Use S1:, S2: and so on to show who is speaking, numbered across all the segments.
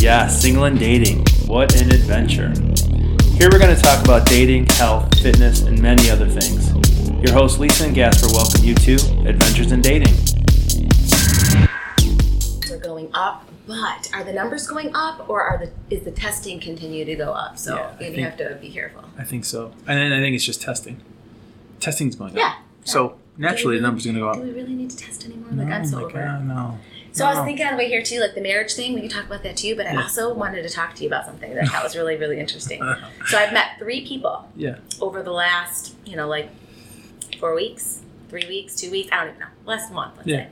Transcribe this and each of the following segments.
S1: Yeah, single and dating. What an adventure. Here we're going to talk about dating, health, fitness, and many other things. Your hosts, Lisa and Gasper, welcome you to Adventures in Dating.
S2: are going up, but are the numbers going up or are the is the testing continue to go up? So
S3: Yeah, I
S2: you
S3: think-
S2: have to be careful.
S3: I think so. And then I think it's just testing. Testing's going
S2: Yeah.
S3: up. So naturally, the number's going to go
S2: Do
S3: up.
S2: we really need to test anymore?
S3: No,
S2: like I'm so
S3: my
S2: over. it.
S3: God, no.
S2: So I was
S3: No.
S2: thinking on the way here too, like the marriage thing. We could talk about that too. But I
S3: Yeah.
S2: also wanted to talk to you about something that I thought was really really interesting. so I've met three people
S3: Yeah.
S2: over the last you know like four weeks, three weeks, two weeks. I don't even know. Less than a month. Let's
S3: Yeah.
S2: say,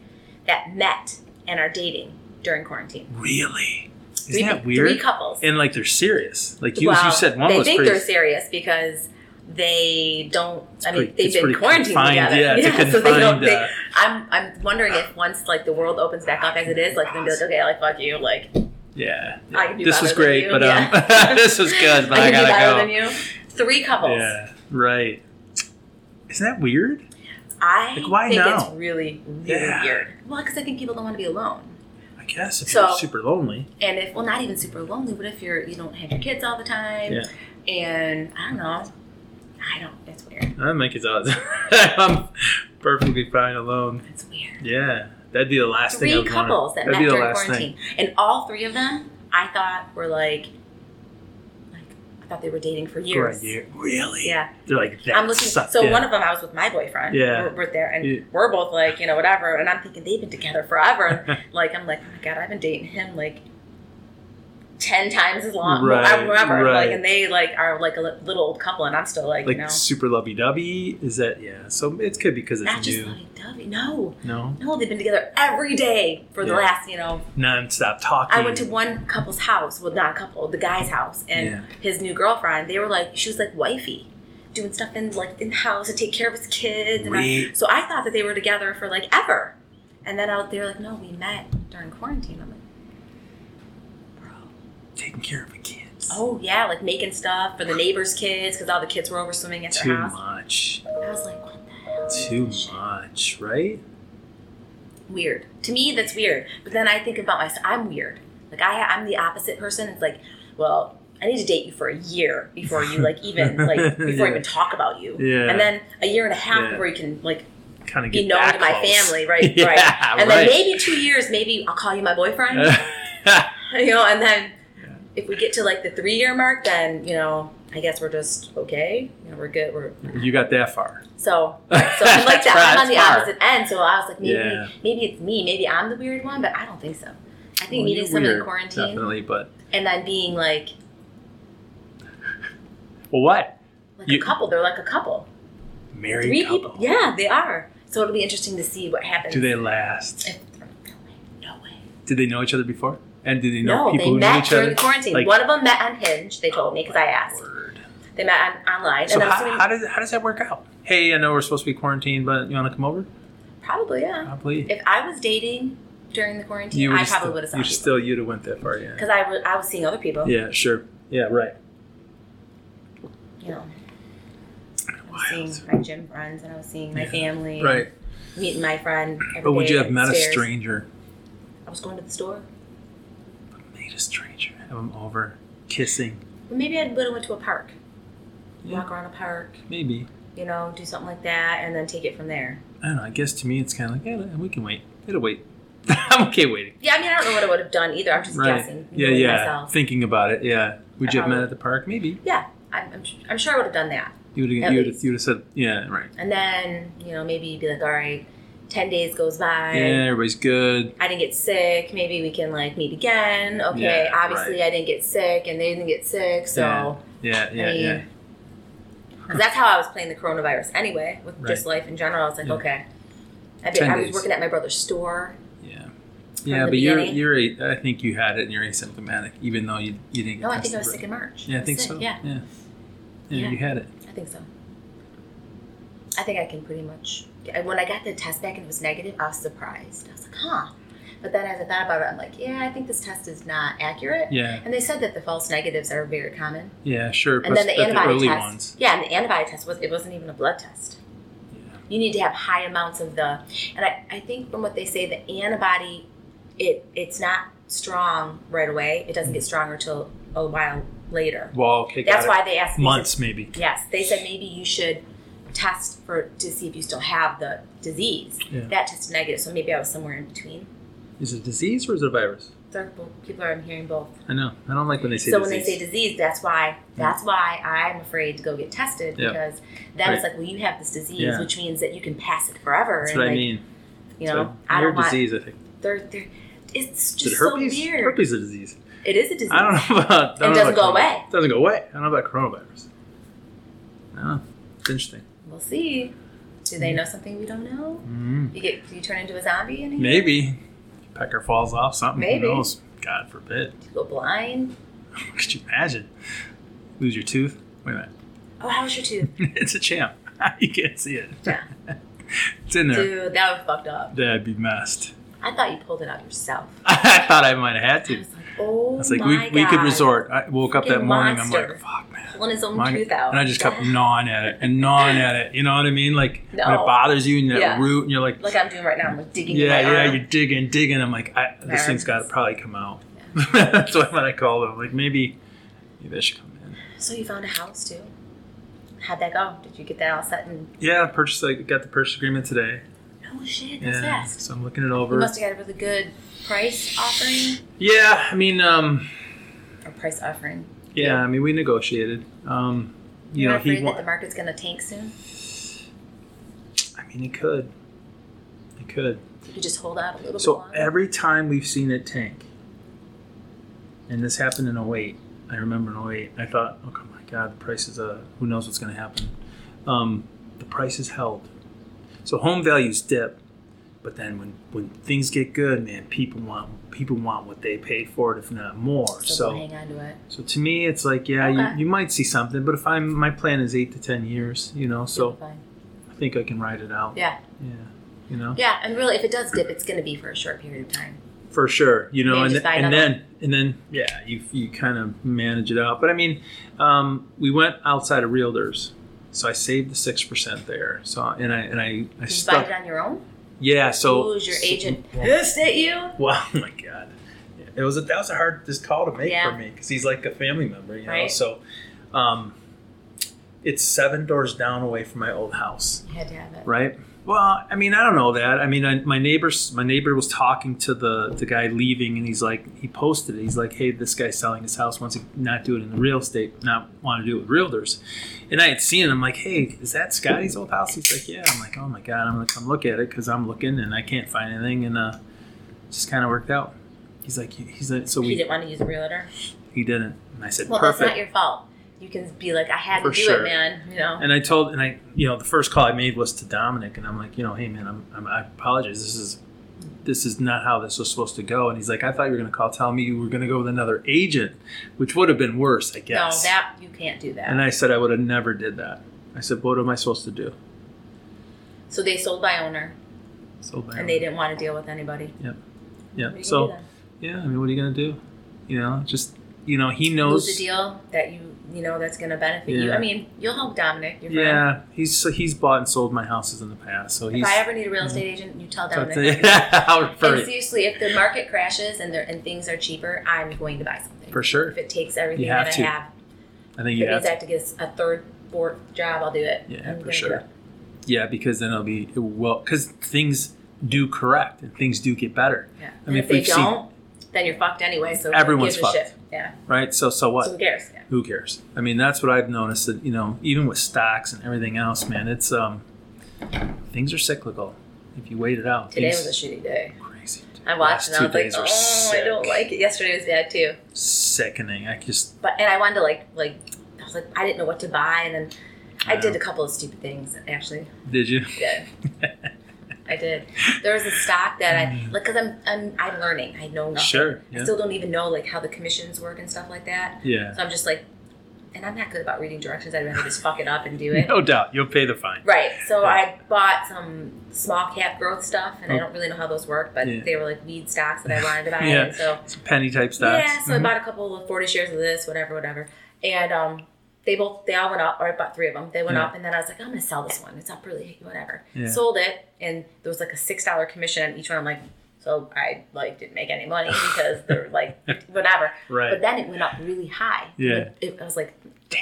S2: that met and are dating during quarantine.
S3: Really? Isn't
S2: three,
S3: that
S2: Three
S3: weird?
S2: couples.
S3: And like they're serious. Like you, you said, one
S2: they
S3: was
S2: think
S3: pretty.
S2: they're serious because they don't. I mean,
S3: pretty-
S2: they've
S3: it's
S2: been
S3: pretty
S2: quarantined
S3: confined,
S2: together.
S3: yeah, it's a
S2: so they don't.
S3: confined,
S2: They,
S3: uh,
S2: I'm I'm wondering if once like the world opens back up as it is, like they'll be like, okay, like fuck you, like
S3: yeah.
S2: I can do
S3: this
S2: better
S3: was
S2: than
S3: great,
S2: you,
S3: but
S2: yeah.
S3: um, this was good, but I,
S2: I can do
S3: gotta
S2: better
S3: go.
S2: than you. Three couples.
S3: Yeah. Right. Isn't that weird?
S2: I
S3: Like, why
S2: think
S3: now?
S2: it's really really
S3: Yeah.
S2: weird. Well, because I think people don't want to be alone.
S3: I guess if
S2: So-
S3: you're super lonely.
S2: And if well, not even super lonely. What if you're you don't have your kids all the time?
S3: Yeah.
S2: And I don't know. I don't. It's weird.
S3: I think it's odd. I'm perfectly fine alone.
S2: It's weird.
S3: Yeah. That'd be the last thing I
S2: three
S3: would want.
S2: couples that
S3: That'd
S2: met
S3: be the
S2: during
S3: last
S2: quarantine, and all three of them, I thought were like, like I thought they were dating for
S3: For
S2: years.
S3: a year. Really?
S2: Yeah,
S3: They're like that.
S2: I'm looking.
S3: sucks.
S2: So
S3: Yeah.
S2: one of them, I was with my boyfriend.
S3: Yeah.
S2: we're, we're there, and
S3: Yeah.
S2: we're both like, you know, whatever. And I'm thinking they've been together forever, and like I'm like, oh my god, I've been dating him like. Ten times as long,
S3: Right,
S2: I- whatever.
S3: right.
S2: Like, and they like are like a li- little old couple, and I'm still like,
S3: like
S2: you know,
S3: super lovey dovey. Is that yeah? So it could be because it's
S2: not just
S3: new.
S2: like dovey. No,
S3: no,
S2: no, they've been together every day for the
S3: Yeah.
S2: last, you know,
S3: non-stop talking.
S2: I went to one couple's house, well, not a couple, the guy's house, and
S3: Mm. Yeah.
S2: his new girlfriend. They were like, she was like wifey, doing stuff in like in the house to take care of his kids. And I-
S3: Wait.
S2: so I thought that they were together for like ever, and then out there like, no, we met during quarantine. I'm like,
S3: taking care of the kids.
S2: oh yeah, like making stuff for the neighbors' kids because all the kids were over swimming at their
S3: too
S2: house.
S3: much,
S2: I was like, what the hell? is
S3: too
S2: this shit?
S3: much, right?
S2: Weird to me. That's weird. But then I think about myself. I'm weird. Like I, I'm the opposite person. It's like, well. I need to date you for a year before you like even like before I
S3: Yeah.
S2: even talk about you.
S3: Yeah.
S2: And then a year and a half
S3: Yeah.
S2: before you can like
S3: Kind of
S2: be
S3: get
S2: known
S3: that
S2: to my
S3: close.
S2: family, right?
S3: yeah,
S2: right. And
S3: right.
S2: then maybe two years, maybe I'll call you my boyfriend. you know, and then if we get to like the three year mark, then, you know, I guess we're just okay. You know, we're good. We're
S3: you got that far.
S2: so right, so I'm like
S3: That's
S2: that. I'm on the
S3: far.
S2: opposite end. So I was like, maybe
S3: Yeah.
S2: maybe it's me, maybe I'm the weird one, but I don't think so. I think
S3: Well,
S2: meeting
S3: you're
S2: someone in
S3: weird,
S2: quarantine
S3: definitely. But
S2: and then being like
S3: well, what?
S2: like
S3: You-
S2: a couple, they're like a couple.
S3: Married
S2: Three
S3: couple.
S2: people. Yeah, they are. So it'll be interesting to see what happens.
S3: Do they last?
S2: If- No way.
S3: Did they know each other before? And did they know
S2: No,
S3: people
S2: they
S3: who knew
S2: met
S3: each other?
S2: during the quarantine.
S3: Like-
S2: One of them met on Hinge. They told me because I asked.
S3: Word.
S2: They met on, online,
S3: So
S2: and I'm
S3: how,
S2: assuming
S3: how does how does that work out? Hey, I know we're supposed to be quarantined, but you want to come over?
S2: probably yeah.
S3: Probably.
S2: If I was dating during the quarantine,
S3: You
S2: I
S3: would've
S2: probably
S3: still-
S2: would have saw
S3: You
S2: because
S3: still you'd have went that far, yeah.
S2: I wa- I was seeing other people.
S3: Yeah, sure. Yeah, right.
S2: You know, I was
S3: Wild.
S2: seeing my gym friends, and I was seeing my
S3: Yeah,
S2: family. and
S3: Right.
S2: Meeting my friend. every
S3: But would
S2: day
S3: you have
S2: at
S3: met a
S2: stairs.
S3: stranger?
S2: I was going to the store.
S3: Made a stranger. Have them over. Kissing.
S2: Well, maybe I would have went to a park,
S3: Yeah.
S2: walk around a park,
S3: Maybe.
S2: you know, do something like that, and then take it from there.
S3: I don't know. I guess to me it's kinda like, yeah, we can wait. It'll wait. I'm okay waiting.
S2: Yeah, I mean, I don't know what I would have done either. I'm just
S3: right.
S2: guessing.
S3: yeah,
S2: knowing
S3: yeah.
S2: Myself.
S3: Thinking about it, yeah. Would
S2: I
S3: you have met
S2: probably-
S3: at the park? Maybe.
S2: Yeah, I'm, I'm, I'm sure I would have done that.
S3: You would
S2: At
S3: have you would
S2: least.
S3: have you would have said yeah, right.
S2: And then, you know, maybe you'd be like, all right, 10 days goes by.
S3: Yeah, everybody's good.
S2: I didn't get sick. Maybe we can, like, meet again. Okay,
S3: Yeah,
S2: obviously I didn't get sick and they didn't get sick. So,
S3: Yeah, yeah,
S2: I mean,
S3: yeah.
S2: because that's how I was playing the coronavirus anyway, with just life in general. I was like,
S3: Yeah.
S2: okay. I, did,
S3: 10
S2: I was
S3: days.
S2: working at my brother's store.
S3: Yeah. Yeah,
S2: the
S3: but you're
S2: beginning.
S3: you're a, I think you had it and you're asymptomatic, even though you you didn't. get
S2: No, I
S3: tested
S2: think I was
S3: for it.
S2: sick in March.
S3: Yeah, I think
S2: sick,
S3: so.
S2: Yeah,
S3: yeah, yeah.
S2: Yeah.
S3: You had it.
S2: I think so. I think I can pretty much. and When I got the test back and it was negative, I was surprised. I was like, huh. But then as I thought about it, I'm like, yeah, I think this test is not accurate.
S3: Yeah,
S2: And they said that the false negatives are very common.
S3: yeah, sure.
S2: And then the antibody
S3: early
S2: test.
S3: ones.
S2: Yeah, and the antibody test was it wasn't even a blood test.
S3: Yeah.
S2: You need to have high amounts of the and I, I think from what they say the antibody it it's not strong right away. It doesn't get stronger till a while later.
S3: Well, okay, got
S2: That's
S3: it.
S2: why they asked me-
S3: months maybe.
S2: Yes, they said maybe you should test for to see if you still have the disease.
S3: Yeah.
S2: That tested negative, so maybe I was somewhere in between.
S3: Is it a disease or is it a virus?
S2: There are both- People are hearing both.
S3: I know. I don't like when they say
S2: so
S3: disease. Mm-hmm.
S2: when they say disease, that's why that's why I'm afraid to go get tested
S3: Yeah.
S2: because then it's
S3: Right.
S2: like, well, you have this disease,
S3: Yeah.
S2: which means that you can pass it forever.
S3: That's
S2: and
S3: what I
S2: like,
S3: mean.
S2: You
S3: That's
S2: know,
S3: what I-
S2: I
S3: rare
S2: don't want.
S3: disease. I think.
S2: They're, they're, it's
S3: Is
S2: just
S3: it herpes?
S2: so weird.
S3: Herpes is a disease.
S2: It is a disease.
S3: I don't know about. I don't
S2: It
S3: know
S2: doesn't
S3: about
S2: go
S3: corona-
S2: away.
S3: It doesn't go away. I don't know about coronavirus. No, it's interesting.
S2: We'll see. Do they know something we don't know?
S3: Mm.
S2: You get you turn into a zombie and you
S3: Maybe pecker falls off something.
S2: Maybe.
S3: Who knows? God forbid.
S2: go blind.
S3: Could you imagine? Lose your tooth? Wait a minute.
S2: Oh, how was your tooth?
S3: it's a champ. you can't see it.
S2: Yeah.
S3: it's in there.
S2: Dude, that was fucked up.
S3: That'd be messed.
S2: I thought you pulled it out yourself.
S3: I thought I might have had
S2: I
S3: to.
S2: was like, oh
S3: I was like,
S2: my
S3: we,
S2: god.
S3: we could resort. I woke up that
S2: Freaking
S3: morning. I'm
S2: monster.
S3: like, fuck, man.
S2: Pulling his own
S3: My-
S2: tooth out.
S3: And I just kept gnawing at it and gnawing at it. You know what I mean? Like when
S2: No.
S3: it bothers you and that
S2: Yeah.
S3: root, and you're like,
S2: like I'm doing right now. I'm like digging. in
S3: yeah,
S2: my
S3: yeah,
S2: arm.
S3: you're digging, digging. I'm like, I,
S2: My
S3: this thing's
S2: arms.
S3: got to probably come out. That's why when I called him, like maybe, maybe I should come in.
S2: So you found a house too. How'd that go? Did you get that all set and
S3: Yeah, purchase. I got the purchase agreement today.
S2: oh shit, that's
S3: Yeah,
S2: fast.
S3: so I'm looking it
S2: You
S3: over.
S2: must have got a really good price offering
S3: yeah, I mean, um,
S2: or price offering.
S3: yeah,
S2: Yeah.
S3: I mean, we negotiated. Um, you
S2: You're
S3: know,
S2: not afraid
S3: he.
S2: that the
S3: Wa-
S2: market's gonna tank soon.
S3: I mean, he could. He could.
S2: You could just hold out a little bit
S3: So
S2: longer.
S3: every time we've seen it tank, and this happened in 08, I remember in 08, I thought, oh my God, the price is a, who knows what's going to happen. Um, the price is held. So home values dip, but then when, when things get good, man, people want people want what they paid for it, if not more.
S2: so,
S3: so
S2: don't hang on to it.
S3: so to me, it's like, yeah,
S2: Okay.
S3: you, you might see something, but if I'm my plan is eight to ten years, you know,
S2: You'll be
S3: so
S2: fine.
S3: I think I can ride it out.
S2: Yeah.
S3: Yeah, you know.
S2: Yeah, and really, if it does dip, it's going to be for a short period of time.
S3: for sure you know
S2: Maybe
S3: and,
S2: just buy
S3: and
S2: another
S3: then and then yeah you, you kind of manage it out but i mean um, we went outside of realtors so i saved the 6% there so and i and i, I
S2: Did you buy
S3: stuck
S2: it on your own?
S3: yeah so
S2: Who's your
S3: so-
S2: agent
S3: well,
S2: pissed at you?
S3: wow oh my god it was a, that was a hard this call to make
S2: Yeah.
S3: for me because he's like a family member you know
S2: Right.
S3: so um, it's seven doors down away from my old house
S2: You had to have it.
S3: right? Well, I mean, I don't know that. I mean, I, my neighbors, my neighbor was talking to the the guy leaving, and he's like, he posted it. He's like, hey, this guy's selling his house. Wants to not do it in the real estate, not want to do it with realtors. And I had seen it. I'm like, hey, is that Scotty's old house? He's like, yeah. I'm like, oh my god, I'm gonna come look at it because I'm looking and I can't find anything, and uh, just kind of worked out. He's like, he's like, so
S2: He
S3: we
S2: didn't want to use a realtor.
S3: he didn't, and I said,
S2: Well,
S3: perfect.
S2: that's not your fault. You can be like, I had
S3: For
S2: to do
S3: sure.
S2: it, man. You know.
S3: And I told, and I, you know, the first call I made was to Dominic, and I'm like, you know, hey man, I'm, I'm I apologize. This is, this is not how this was supposed to go. And he's like, I thought you were gonna call, telling me you were gonna go with another agent, which would have been worse, I guess.
S2: No, that you can't do that.
S3: and I said I would have never did that. I said, what am I supposed to do?
S2: so they sold by owner,
S3: So bad.
S2: and they didn't want to deal with anybody. What
S3: yeah.
S2: are you
S3: So
S2: gonna do
S3: yeah, I mean, what are you gonna do? You know, just you know, he
S2: then?
S3: knows.
S2: lose a deal that you you know that's going to benefit you.
S3: Yeah.
S2: I mean, you'll help Dominic. Your friend.
S3: Yeah, he's so he's bought and sold my houses in the past, so he's.
S2: If I ever need a real estate agent, you tell Dominic. I'm-
S3: yeah, I'll refer
S2: And
S3: you
S2: seriously, if the market crashes and there, and things are cheaper, I'm going to buy something.
S3: for sure.
S2: If it takes everything
S3: You have
S2: that I
S3: to.
S2: have,
S3: I think
S2: if
S3: you
S2: it
S3: have
S2: means
S3: to
S2: I have to get a third, fourth job, I'll do it.
S3: Yeah,
S2: I'm
S3: for
S2: gonna
S3: sure.
S2: do it.
S3: Yeah, because then it'll be it well because things do correct and things do get better,
S2: Yeah.
S3: I mean,
S2: And
S3: if
S2: if they
S3: we've seen-
S2: don't, then you're fucked anyway. So
S3: Everyone's
S2: who gives
S3: fucked.
S2: A shit? Yeah.
S3: right? So so
S2: So who
S3: what?
S2: cares? Yeah.
S3: Who cares? I mean, that's what I've noticed that you know even with stocks and everything else, man, it's um things are cyclical. If you wait it out,
S2: Today
S3: things-
S2: was a shitty day.
S3: crazy. dude.
S2: I
S3: Last
S2: watched and I
S3: two
S2: was like,
S3: days were
S2: oh, I don't
S3: sick.
S2: like it. Yesterday was bad too.
S3: sickening. I just
S2: But and I wanted to like like I was like I didn't know what to buy and then I
S3: Yeah.
S2: did a couple of stupid things actually.
S3: did you?
S2: Yeah. I did. There was a stock that I like because I'm I'm I'm learning. I know nothing.
S3: Mm. Sure.
S2: I
S3: Yeah.
S2: still don't even know like how the commissions work and stuff like that.
S3: Yeah.
S2: So I'm just like, and I'm not good about reading directions. I'd rather just fuck it up and do it.
S3: No doubt, you'll pay the fine.
S2: Right. So I bought some small cap growth stuff, and I don't really know how those work, but
S3: Oh. Yeah.
S2: they were like weed stocks that I wanted to buy.
S3: Yeah.
S2: And so
S3: It's penny type stocks.
S2: yeah, so
S3: Mhm.
S2: I bought a couple of forty shares of this, whatever, whatever, and um. They both, they all went up, or I bought three of them. They went
S3: Yeah.
S2: up, and then I was like, I'm gonna sell this one. It's up really, whatever.
S3: Yeah.
S2: Sold it, and there was like a six dollar commission on each one. I'm like, So I like didn't make any money because they're like whatever.
S3: Mm-hmm. Right.
S2: But then it went up really high.
S3: Yeah.
S2: Like, It, I was like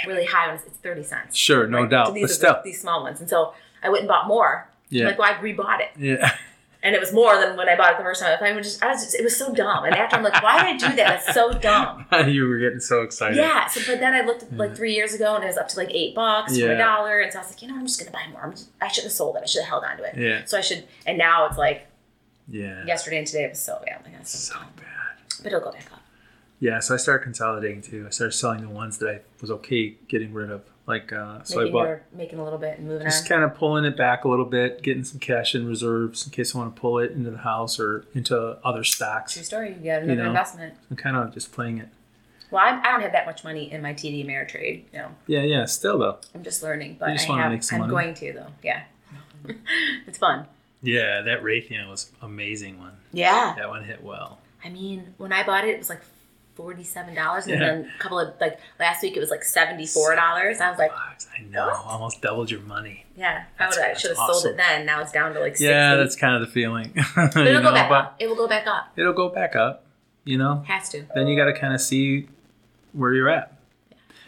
S2: really high. When it's, it's thirty cents.
S3: Sure, no
S2: Right?
S3: doubt,
S2: So these
S3: but
S2: are
S3: still.
S2: the, these small ones, and so I went and bought more.
S3: Yeah.
S2: Like, well, I rebought it,
S3: yeah.
S2: and it was more than when I bought it the first time. I was just, I was just, it was so dumb. And after I'm like, why did I do that? That's so dumb.
S3: you were getting so excited.
S2: Yeah. So, but then I looked at, like three years ago, and it was up to like eight bucks for
S3: Mm. Yeah.
S2: a dollar, and so I was like, you know, I'm just gonna buy more. I'm just, I shouldn't have sold it. I should have held on to it.
S3: Yeah.
S2: So I should. And now it's like
S3: Yeah.
S2: yesterday and today it was so bad. Like, that's
S3: So bad.
S2: but it'll go back up.
S3: Yeah, so I started consolidating too. I started selling the ones that I was okay getting rid of. Like uh so I
S2: Making,
S3: bought
S2: your, making a little bit and moving
S3: just
S2: on.
S3: kind of pulling it back a little bit, getting some cash in reserves in case I want to pull it into the house or into other
S2: True
S3: stocks.
S2: story. You got another
S3: know.
S2: investment.
S3: I'm kind of just playing it.
S2: Well, I'm, I don't have that much money in my TD Ameritrade. You know,
S3: Yeah, yeah, still though.
S2: I'm just learning, but
S3: You just
S2: I
S3: wanna
S2: have,
S3: make some
S2: I'm
S3: money.
S2: going to though. Yeah, it's fun.
S3: Yeah, that Raytheon was amazing one.
S2: Yeah.
S3: That one hit well.
S2: I mean, when I bought it, it was like forty-seven dollars, and
S3: Yeah.
S2: then a couple of like last week it was like seventy-four dollars. I was like,
S3: Bucks, I know, almost doubled your money.
S2: yeah, I
S3: That's-
S2: would I
S3: that's
S2: should have sold
S3: awesome.
S2: it then. Now it's down to like 60.
S3: Yeah, that's kind of the feeling.
S2: But
S3: you
S2: it'll
S3: know,
S2: go back
S3: but
S2: up. It will go back up.
S3: it'll go back up, you know?
S2: Has to.
S3: then you got to kind of see where you're at.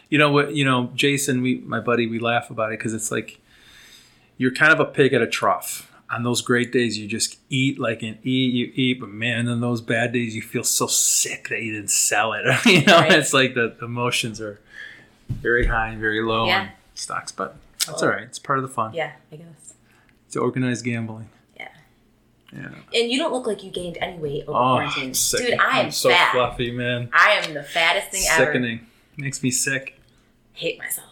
S3: You know what? You know, Jason, we my buddy, we laugh about it because it's like you're kind of a pig at a trough. On those great days, you just eat like an eat, you eat, but man, on those bad days, you feel so sick that you didn't sell it. you know,
S2: Right.
S3: it's like the emotions are very high and very low
S2: Yeah.
S3: on stocks, but that's
S2: Well-
S3: all right. It's part of the fun.
S2: Yeah, I guess.
S3: It's organized gambling.
S2: Yeah.
S3: Yeah.
S2: And you don't look like you gained any weight over
S3: Oh,
S2: quarantine,
S3: I'm sick.
S2: dude. I am
S3: I'm so
S2: fat.
S3: fluffy, man.
S2: I am the fattest thing ever.
S3: Sickening. Makes me sick.
S2: Hate myself.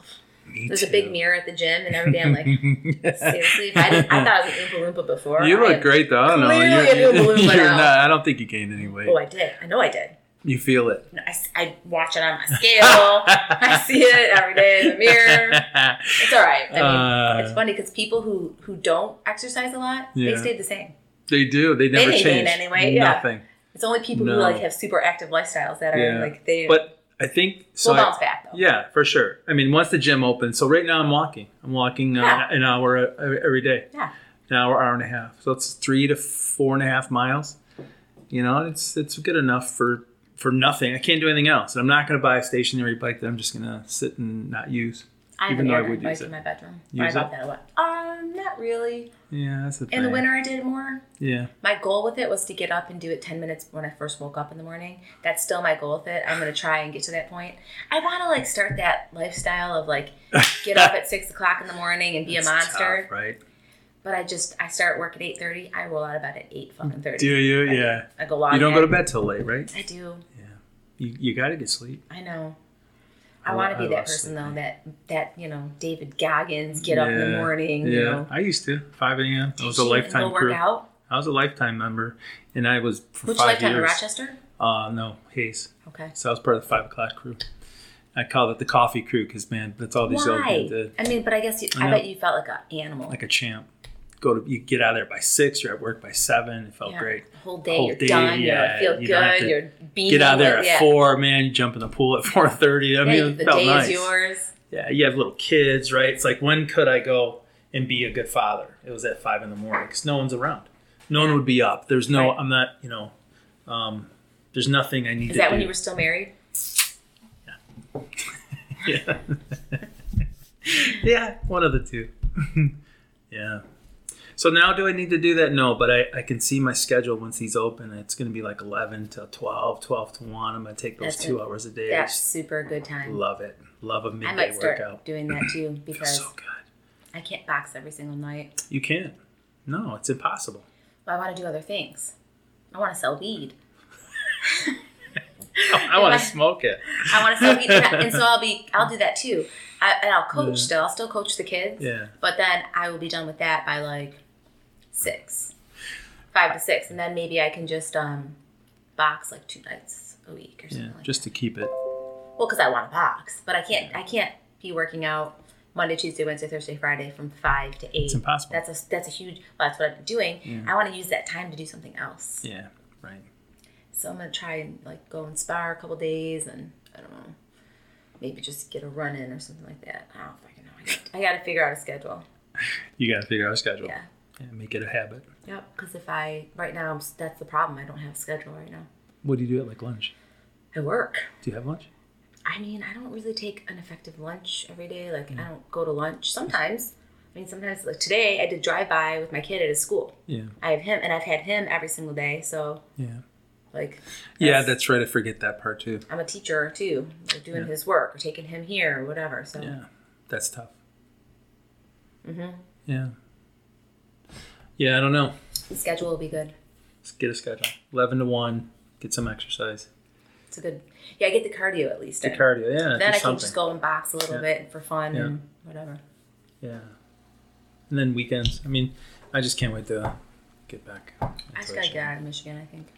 S3: Me
S2: There's a
S3: too.
S2: big mirror at the gym, and every day I'm like, seriously, if I, didn't, I thought I was an Oompa Loompa before.
S3: You
S2: I
S3: look
S2: am-
S3: great though. I don't know.
S2: clearly
S3: You're,
S2: a new balloon by
S3: you're
S2: now.
S3: not. I don't think you gained any weight.
S2: Oh, I did. I know I did.
S3: You feel it.
S2: No, I, s- I watch it on my scale. I see it every day in the mirror. It's all right. I mean,
S3: Uh,
S2: it's funny because people who who don't exercise a lot,
S3: Yeah.
S2: they stayed the same.
S3: they do. They never
S2: didn't gain
S3: change.
S2: any weight, yeah.
S3: Nothing.
S2: It's only people
S3: No.
S2: who like have super active lifestyles that are
S3: Yeah.
S2: like they
S3: But I think so.
S2: will
S3: I-
S2: bounce back though.
S3: yeah, for sure. I mean, once the gym opens, so right now I'm walking. I'm walking uh,
S2: Yeah.
S3: an hour uh, every day.
S2: Yeah.
S3: An hour, hour and a half. So it's three to four and a half miles. You know, it's it's good enough for for nothing. I can't do anything else. I'm not going to buy a stationary bike that I'm just going to sit and not use.
S2: I have
S3: Even
S2: an
S3: though I
S2: air
S3: would
S2: bike
S3: use it.
S2: in my bedroom.
S3: Use
S2: I bought
S3: it?
S2: that a lot. Um, not really.
S3: Yeah, that's the thing.
S2: In the winter, I did more.
S3: Yeah.
S2: My goal with it was to get up and do it 10 minutes when I first woke up in the morning. That's still my goal with it. I'm going to try and get to that point. I want to like start that lifestyle of like get up at six o'clock in the morning and be a
S3: It's
S2: monster.
S3: tough, right?
S2: But I just, I start work at 8.30. I roll out about at 8 fucking 30.
S3: Do you? Yeah.
S2: I go log
S3: You don't
S2: in.
S3: go to bed till late, right?
S2: I do.
S3: You, you got to get sleep.
S2: I know.
S3: I
S2: I
S3: lo-
S2: want to
S3: Oh, I
S2: be
S3: love
S2: that person though that that you know David Goggins get up in the
S3: Yeah,
S2: morning.
S3: Yeah,
S2: You know,
S3: I used to. 5 a.m. I was a
S2: She even
S3: lifetime
S2: go work
S3: crew.
S2: out.
S3: I was a lifetime member, and I was for
S2: Which
S3: five
S2: lifetime in
S3: years.
S2: Rochester?
S3: Uh, no, Hayes.
S2: Okay.
S3: So I was part of the five o'clock crew. I called it the coffee crew because man, that's all these old men
S2: Why?
S3: did.
S2: I mean, but I guess you,
S3: I
S2: I
S3: know.
S2: bet you felt like an animal.
S3: Like a champ. Go to you get out of there by six. You're at work by seven. It felt Oh, great.
S2: The whole day,
S3: Whole
S2: you're
S3: day,
S2: done.
S3: yeah,
S2: you don't
S3: you
S2: feel
S3: don't have
S2: good.
S3: to
S2: You're beating.
S3: Get out of there at
S2: with- yeah.
S3: four, man. You jump in the pool at four thirty. I mean,
S2: Yeah,
S3: it
S2: the
S3: felt
S2: day
S3: nice.
S2: is yours.
S3: yeah, you have little kids, right? It's like when could I go and be a good father? It was at five in the morning because no one's around. No one would be up. There's no,
S2: Right.
S3: I'm not, you know, um, there's nothing I need
S2: Is
S3: to
S2: that
S3: do.
S2: when you were still married?
S3: yeah. yeah, one of the two. yeah. So now do I need to do that? No, but I, I can see my schedule once these open. It's going to be like 11 to 12, 12 to 1. I'm going to take those
S2: That's
S3: two
S2: it.
S3: hours a day. I
S2: That's
S3: just
S2: super good time.
S3: love it. Love a
S2: I
S3: midday
S2: might start
S3: workout.
S2: doing that too
S3: Feels
S2: because
S3: so good.
S2: I can't box every single night.
S3: You can't. No, it's impossible.
S2: Well, I want to do other things. I want to sell weed.
S3: I want
S2: I-
S3: to smoke it.
S2: I want to sell weed, and, I- and so I'll be I'll do that too. I, and I'll coach still. I'll still coach the kids.
S3: Yeah.
S2: But then I will be done with that by like six, five to six, and then maybe I can just um box like two nights a week or something.
S3: Yeah,
S2: like
S3: just to keep it.
S2: that. well, because I want to box, but I can't. I can't be working out Monday, Tuesday, Wednesday, Thursday, Friday from five to eight. It's
S3: impossible.
S2: That's a that's a huge. Well, that's what I've been doing. I want to use that time to do something else.
S3: Yeah, right.
S2: So I'm gonna try and like go and spar a couple days, and I don't know, maybe just get a run in or something like that. I don't fucking know. I got- I got to figure out a schedule.
S3: You got to figure out a schedule.
S2: Yeah.
S3: Yeah, make it a habit.
S2: Yep. Because if I right now, I'm, s- that's the problem. I don't have a schedule right now.
S3: What do you do at like lunch?
S2: I work.
S3: Do you have lunch?
S2: I mean, I don't really take an effective lunch every day. Like,
S3: Mm.
S2: I don't go to lunch sometimes. I mean, sometimes, like today, I did drive by with my kid at his school.
S3: Yeah,
S2: I have him, and I've had him every single day. So,
S3: yeah,
S2: like,
S3: yeah. That's right. I forget that part too.
S2: I'm a teacher too, like doing
S3: Yeah.
S2: his work or taking him here or whatever. So,
S3: Yeah, that's tough. Mm-hmm. Yeah. Yeah, I don't know.
S2: the schedule will be good.
S3: Let's get a schedule. Eleven to one. Get some exercise.
S2: It's a good, yeah, I get the cardio at least.
S3: Do
S2: in.
S3: cardio. Yeah.
S2: then
S3: do
S2: I
S3: something.
S2: can just go and box a little
S3: Yeah.
S2: bit for fun
S3: Yeah.
S2: and whatever.
S3: Yeah. And then weekends. I mean, I just can't wait to get back.
S2: I just gotta get out of Michigan, I think.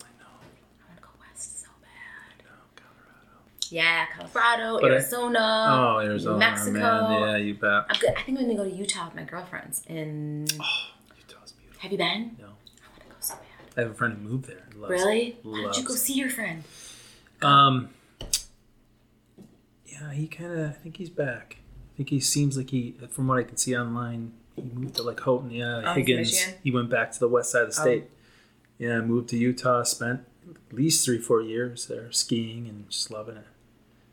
S2: I wanna go west so
S3: Oh,
S2: bad. Yeah, Colorado,
S3: But I-
S2: Arizona.
S3: Oh, Arizona,
S2: Mexico.
S3: man. Yeah, you bet.
S2: I'm good. I think I'm gonna go to Utah with my girlfriends. And
S3: Utah's beautiful.
S2: have you been?
S3: Oh. No.
S2: I wanna go so bad.
S3: I have a friend who moved there. Loves it.
S2: Really? Why don't you go
S3: loves-
S2: see your friend?
S3: Um. Yeah, he kind of. I think he's back. I think he seems like he, from what I can see online, he moved to like Houghton. Yeah,
S2: Oh, he's
S3: Higgins.
S2: Michigan?
S3: He went back to the west side of the
S2: Oh.
S3: state. Yeah, moved to Utah. Spent at least three, four years there skiing and just loving it.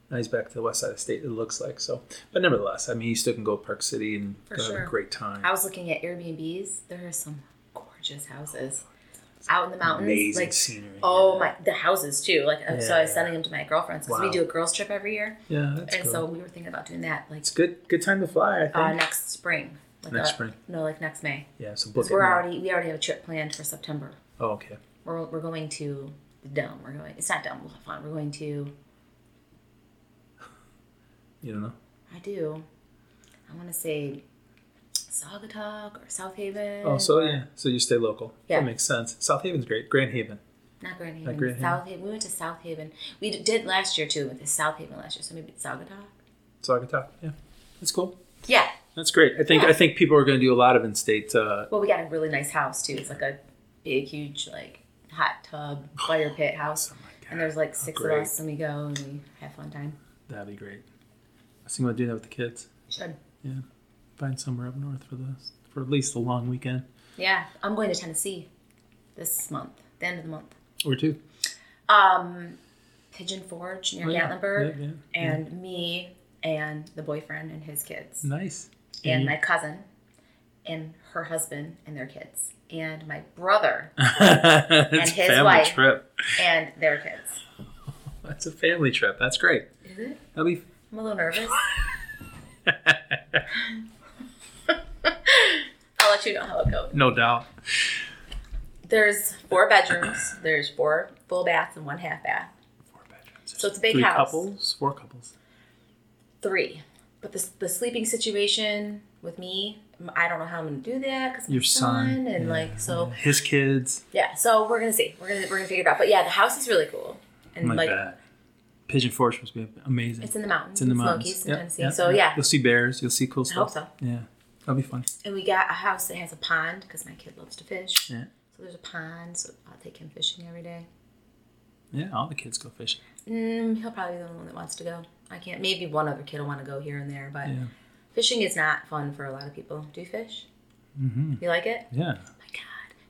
S3: Now he's back to the west side of the state. It looks like so, but nevertheless, I mean, he still can go to Park City and
S2: For
S3: go have
S2: sure.
S3: a great time.
S2: I was looking at Airbnbs. There are some gorgeous houses out in the mountains.
S3: Amazing
S2: like,
S3: scenery.
S2: Oh
S3: yeah.
S2: my, the houses too. Like, uh, so I was
S3: Yeah.
S2: sending them to my girlfriends because
S3: Wow.
S2: we do a girls trip every year,
S3: Yeah, that's
S2: and
S3: cool.
S2: so we were thinking about doing that. Like,
S3: it's good. Good time to fly. I think.
S2: uh, next spring. Like
S3: Next
S2: uh,
S3: spring.
S2: No, like next May.
S3: yeah, so book it.
S2: We're
S3: now.
S2: already we already have a trip planned for September.
S3: Oh, okay.
S2: We're we're going to the dome. We're going. It's not dome. We'll have fun. We're going to.
S3: You don't know.
S2: I do. I want to say, Saugatuck or South Haven.
S3: Oh, so yeah, so you stay local.
S2: Yeah.
S3: that makes sense. South Haven's great. Grand Haven.
S2: Not Grand Haven.
S3: Not Grand Haven.
S2: South Haven. We went to South Haven. We d- did last year too. We went to South Haven last year, so maybe it's Saugatuck.
S3: Saugatuck. Yeah, that's cool.
S2: Yeah.
S3: That's great. I think
S2: Yeah.
S3: I think people are going to do a lot of in-state. Uh,
S2: Well, we got a really nice house too. It's like a big, huge, like hot tub fire pit house.
S3: my God.
S2: And there's like six of
S3: great.
S2: us, and we go and we have fun time.
S3: that'd be great. I was thinking about doing that with the kids.
S2: Should.
S3: Find somewhere up north for the for at least a long weekend
S2: Yeah, I'm going to Tennessee this month, the end of the month.
S3: or two.
S2: Um, Pigeon Forge near
S3: Oh, yeah.
S2: Gatlinburg,
S3: Yeah, yeah,
S2: and me and the boyfriend and his kids,
S3: Nice.
S2: and
S3: you-
S2: my cousin, and her husband and their kids, and my brother
S3: it's
S2: and
S3: a
S2: his
S3: family
S2: wife.
S3: trip.
S2: and their kids.
S3: That's a family trip. That's great.
S2: Is it?
S3: That'll be.
S2: I'm a little nervous. I'll let you know how it goes.
S3: no doubt.
S2: There's four bedrooms. There's four full baths and one half bath.
S3: Four bedrooms.
S2: So it's a big
S3: Three
S2: house.
S3: couples. Four couples.
S2: Three. But the, the sleeping situation with me, I don't know how I'm gonna do that because
S3: Your son,
S2: and
S3: yeah.
S2: like so
S3: His kids.
S2: yeah. So we're gonna see. We're gonna we're gonna figure it out. But yeah, the house is really cool and
S3: My
S2: like
S3: bad. Pigeon Forge must be amazing.
S2: it's in the
S3: It's
S2: mountains,
S3: in the mountains.
S2: Smokies in
S3: Yeah,
S2: Tennessee.
S3: yeah,
S2: so yeah.
S3: You'll see bears. You'll see cool stuff.
S2: hope
S3: Yeah. That'll be fun.
S2: and we got a house that has a pond because my kid loves to fish.
S3: Yeah.
S2: So there's a pond. So I'll take him fishing every day.
S3: Yeah. All the kids go fishing.
S2: Mm, he'll probably be the only one that wants to go. I can't. Maybe one other kid will want to go here and there, but
S3: Yeah.
S2: fishing is not fun for a lot of people. Do you fish?
S3: Mm-hmm.
S2: You like it?
S3: Yeah.
S2: Oh my God,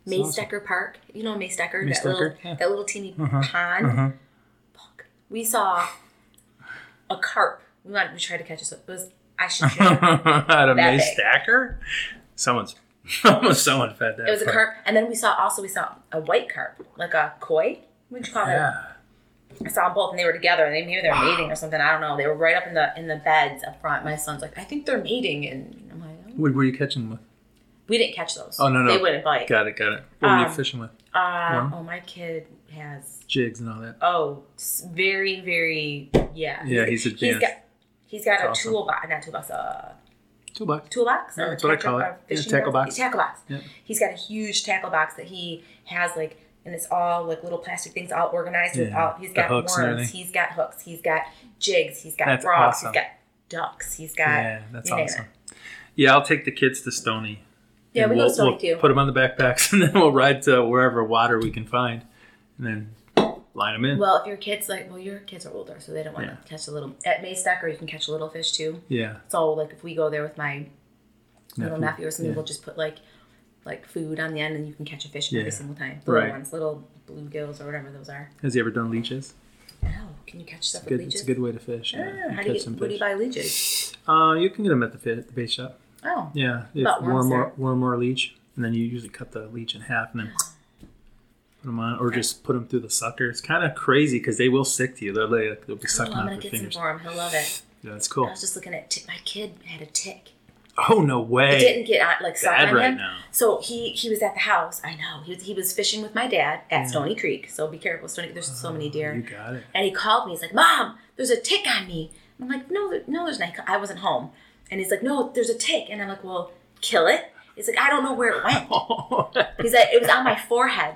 S2: Mace
S3: awesome.
S2: Decker Park. You know Mace Decker,
S3: Mace
S2: that little
S3: Decker, yeah.
S2: that little teeny
S3: Uh-huh,
S2: pond.
S3: uh-huh.
S2: Fuck. We saw a carp. We wanted. We tried to catch it. So it was. I should. Share. it
S3: Out of
S2: That
S3: May
S2: big.
S3: Stacker? Someone's almost someone fed that.
S2: It was a
S3: part.
S2: carp, and then we saw also we saw a white carp, like a koi. What'd you call that?
S3: Yeah.
S2: I saw them both, and they were together, and they maybe they're mating or something. I don't know. They were right up in the in the beds up front. My son's like, I think they're mating, and I'm like, "Oh."
S3: What were you catching them with?
S2: we didn't catch those.
S3: Oh, no, no.
S2: they wouldn't bite.
S3: Got it. Got it. What were you
S2: Um,
S3: fishing with?
S2: Uh,
S3: One?
S2: oh, my kid has
S3: Jigs and all that.
S2: oh, s- very very yeah.
S3: Yeah, he's
S2: He's
S3: advanced.
S2: got he's got a
S3: That's awesome.
S2: toolbox, not toolbox, a
S3: Toolbox.
S2: toolbox.
S3: Yeah,
S2: or
S3: that's what I
S2: tackle-
S3: call it.
S2: or
S3: Yeah,
S2: fishing
S3: tackle box.
S2: Tackle box.
S3: Yep.
S2: He's got a huge tackle box that he has like. And it's all like little plastic things, all organized with
S3: Yeah,
S2: all. He's
S3: the
S2: got
S3: hooks and
S2: worms.
S3: everything.
S2: He's got hooks. He's got jigs. He's got
S3: That's
S2: frogs.
S3: awesome.
S2: He's got ducks. He's got.
S3: Yeah, that's
S2: you name it.
S3: awesome. Yeah, I'll take the kids to Stony.
S2: Yeah,
S3: And
S2: we go
S3: we'll,
S2: to Stony
S3: we'll
S2: too.
S3: Put them on the backpacks, and then we'll ride to wherever water we can find, and then line them in.
S2: Well, if your kids like, well, your kids are older, so they don't want
S3: Yeah.
S2: to catch a little at Maystack, or you can catch a little fish too.
S3: yeah.
S2: So like if we go there with my little
S3: Nephew.
S2: nephew or something,
S3: Yeah.
S2: we'll just put like like food on the end, and you can catch a fish
S3: Yeah.
S2: every single time. The
S3: Right.
S2: Little ones, little bluegills or whatever those are.
S3: Has he ever done leeches?
S2: Oh, can you catch stuff
S3: It's good.
S2: with leeches?
S3: It's a good way to fish.
S2: Ah,
S3: yeah. You
S2: how do you
S3: catch
S2: get,
S3: some
S2: where do you
S3: fish.
S2: buy leeches?
S3: Uh, you can get them at the, fi- the bait shop.
S2: Oh,
S3: Yeah, if
S2: But
S3: one
S2: worms
S3: more
S2: are-
S3: one more leech, and then you usually cut the leech in half and then put them on, or just put them through the sucker. It's kind of crazy because they will stick to you. They'll be, they'll be
S2: oh
S3: sucking
S2: I'm
S3: off
S2: gonna
S3: your
S2: get
S3: fingers.
S2: some for him. He'll love it.
S3: Yeah, that's
S2: I
S3: cool.
S2: was just looking at t- my kid had a tick.
S3: Oh no
S2: It didn't
S3: way!
S2: get uh, like sucked
S3: Bad
S2: on
S3: right
S2: him.
S3: now.
S2: So he he was at the house. I know he was, he was fishing with my dad at Stony Creek. So be careful, Stony. There's so many deer.
S3: You got it.
S2: And he called me. He's like, "Mom, there's a tick on me." I'm like, "No, there- no, there's not." I wasn't home. And he's like, "No, there's a tick." And I'm like, "Well, kill it." He's like, "I don't know where it went." He's like, "It was on my forehead."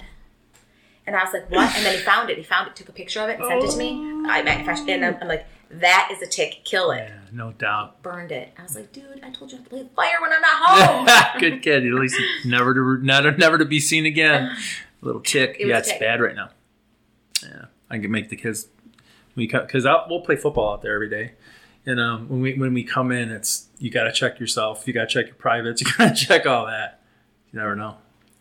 S2: And I was like, "What?" And then he found it. He found it, took a picture of it, and sent it to me. I manufactured, and I'm, I'm like, "That is a tick. Kill it."
S3: yeah, no doubt.
S2: Burned it. I was like, "Dude, I told you not to play with fire when I'm not home."
S3: Good kid. At least never to not never to be seen again. Little tick.
S2: It was
S3: yeah,
S2: a
S3: it's
S2: tick.
S3: bad right now. Yeah, I can make the kids. We because we'll play football out there every day, and um, when we when we come in, it's you got to check yourself. You got to check your privates. You got to check all that. You never know.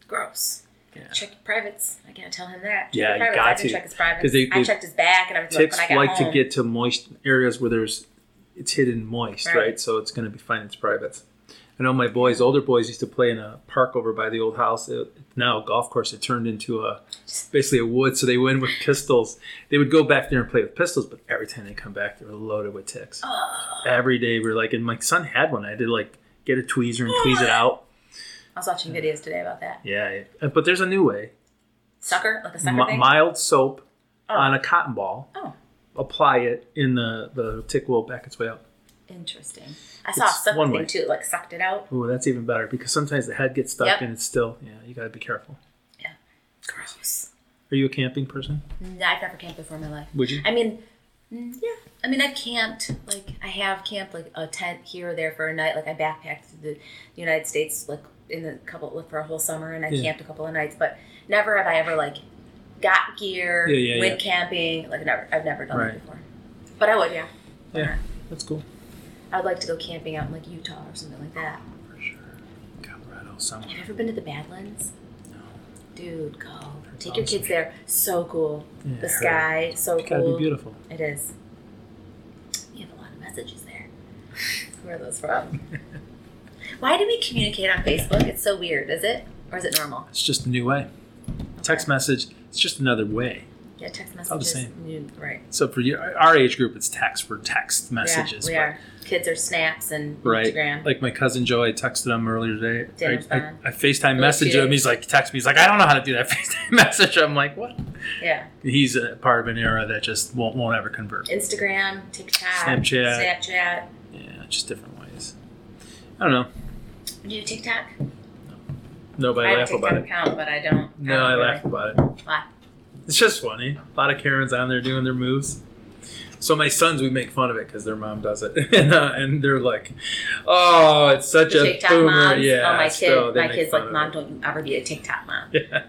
S2: Gross.
S3: Yeah.
S2: Check your privates. I gotta tell him that. Check
S3: Yeah,
S2: your
S3: you
S2: privates.
S3: got
S2: I didn't
S3: to.
S2: check his privates.
S3: 'Cause they-
S2: I
S3: they-
S2: checked his back and everything.
S3: Ticks
S2: when I got
S3: like
S2: home.
S3: to get to moist areas where there's it's hidden moist, right?
S2: Right.
S3: So it's going to be fine. It's privates. I know my boys, older boys, used to play in a park over by the old house. It, now a golf course. It turned into a basically a wood. So they went with pistols. They would go back there and play with pistols, but every time they come back, they were loaded with ticks. Every day we we're like, and my son had one. I had to like get a tweezer and tweeze it out.
S2: I was watching videos today about that.
S3: Yeah, yeah. but there's a new way:
S2: Sucker, like a sucker
S3: Mi-
S2: thing.
S3: mild soap on a cotton ball.
S2: oh,
S3: Apply it in the the tick will back its way up.
S2: interesting. I saw
S3: It's
S2: a suck
S3: one
S2: thing
S3: way.
S2: too. it, Like sucked it out.
S3: Ooh, that's even better because sometimes the head gets stuck
S2: Yep.
S3: and it's still. Yeah, you gotta be careful.
S2: Yeah. Gross.
S3: Are you a camping person?
S2: No, I've never camped before in my life.
S3: Would you?
S2: I mean, mm, yeah. I mean, I've camped. Like, I have camped like a tent here or there for a night. Like, I backpacked through the United States like in a couple like, for a whole summer, and I
S3: Yeah.
S2: camped a couple of nights. But never have I ever like got gear,
S3: Yeah, yeah,
S2: went camping. Like, never. I've never done
S3: Right.
S2: that before. But I would, yeah. Why
S3: Yeah.
S2: not?
S3: That's cool.
S2: I would like to go camping out in like Utah or something like that.
S3: For sure. Colorado
S2: Have
S3: somewhere.
S2: you ever been to the Badlands?
S3: No.
S2: Dude, go. Take
S3: awesome.
S2: your kids there. So cool.
S3: Yeah, I
S2: the
S3: heard.
S2: sky, so
S3: It's gotta
S2: cool.
S3: be beautiful.
S2: It is. You have a lot of messages there. Who are those from? Why do we communicate on Facebook? It's so weird, is it? Or is it normal?
S3: It's just a new way. Text message. It's just another way.
S2: Yeah, text messages.
S3: all the same.
S2: new- Right.
S3: So for you, our age group, it's text for text messages.
S2: yeah, we
S3: but-
S2: are. Kids are snaps and
S3: Right,
S2: Instagram.
S3: like my cousin Joe, I texted him earlier today.
S2: Didn't
S3: I, I,
S2: respond.
S3: I Facetime
S2: Like she
S3: messaged
S2: did.
S3: him. He's like, text me. He's like, I don't know how to do that Facetime message. I'm like, what?
S2: yeah.
S3: He's a part of an era that just won't won't ever convert.
S2: Instagram, TikTok,
S3: Snapchat.
S2: Snapchat.
S3: Yeah, just different ways. I don't know.
S2: Do you TikTok?
S3: No, but I,
S2: have a
S3: laugh
S2: TikTok
S3: about it.
S2: account, but I don't.
S3: No, I
S2: don't
S3: laugh about it.
S2: really- Why?
S3: It's just funny. A lot of Karens on there doing their moves. So my sons, we make fun of it because their mom does it, and, uh, and they're like, "Oh, it's such
S2: The
S3: a
S2: TikTok
S3: boomer."
S2: moms.
S3: yeah,
S2: oh, my kid.
S3: so they
S2: my
S3: make
S2: kid's
S3: fun
S2: like,
S3: of
S2: Mom,
S3: it.
S2: don't you ever be a TikTok mom.
S3: Yeah.